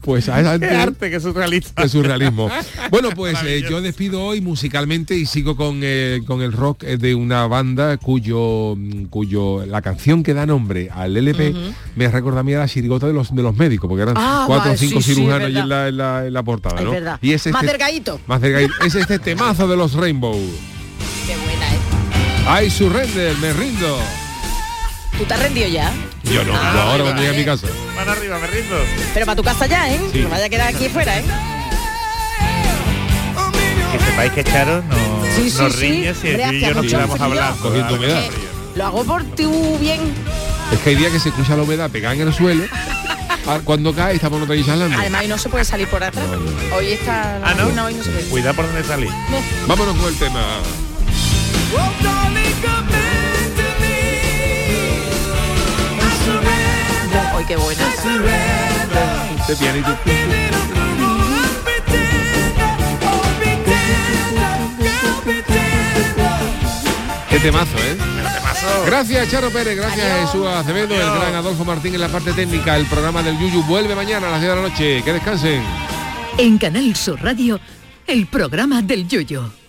Speaker 4: Pues a esa
Speaker 7: Qué
Speaker 4: gente
Speaker 7: arte, qué surrealista.
Speaker 8: [laughs]
Speaker 4: de surrealismo. Bueno, pues eh,
Speaker 7: Maravilloso.
Speaker 4: yo despido hoy musicalmente y sigo con, eh, con el rock eh, de una banda cuyo mm, cuyo la canción que da nombre al LP me recuerda a mí a la chirigota de los de los médicos, porque eran
Speaker 8: Ah,
Speaker 4: cuatro
Speaker 8: vale,
Speaker 4: o cinco
Speaker 8: sí, sí,
Speaker 4: cirujanos
Speaker 8: es
Speaker 4: allí en la, en la- en la portada,
Speaker 8: Es
Speaker 4: ¿no?
Speaker 8: verdad.
Speaker 4: Y es
Speaker 8: Más [laughs]
Speaker 4: este-
Speaker 8: delgadito.
Speaker 4: Más delgadito. Es este temazo de los Rainbow.
Speaker 8: Qué buena ¿eh? es.
Speaker 4: I surrender, me rindo.
Speaker 8: ¿Tú te has rendido ya?
Speaker 4: Yo no,
Speaker 8: Ah,
Speaker 4: ahora
Speaker 8: vale,
Speaker 4: cuando llegue a mi casa.
Speaker 7: Mano eh, arriba, me rindo.
Speaker 8: Pero para tu casa ya, ¿eh?
Speaker 7: Sí.
Speaker 8: No vaya a quedar aquí fuera, ¿eh?
Speaker 7: Que sepáis que Charo no,
Speaker 8: Sí, sí,
Speaker 7: nos
Speaker 8: sí.
Speaker 7: riñe si
Speaker 8: Hombre,
Speaker 7: y
Speaker 8: hacía
Speaker 7: yo nos
Speaker 8: mucho
Speaker 7: quedamos
Speaker 8: frío.
Speaker 7: hablando.
Speaker 4: Cogiendo humedad.
Speaker 8: Lo hago por tu bien.
Speaker 4: Es que hay días que se escucha la humedad pegada en el suelo. Ah, Cuando cae estamos otra vez charlando.
Speaker 8: Además, hoy no se puede salir por atrás. Hoy está la
Speaker 7: Ah, ¿no?
Speaker 8: luna, hoy no se puede.
Speaker 7: Cuidado por donde salís.
Speaker 4: Vámonos con el tema.
Speaker 8: Hoy qué buena.
Speaker 4: Este pianito. Qué temazo, ¿eh? Gracias Charo Pérez, gracias Jesús Acevedo, el gran Adolfo Martín en la parte técnica. El programa del Yuyu vuelve mañana a las 10 de la noche. Que descansen.
Speaker 2: En Canal Sur Radio, el programa del Yoyo.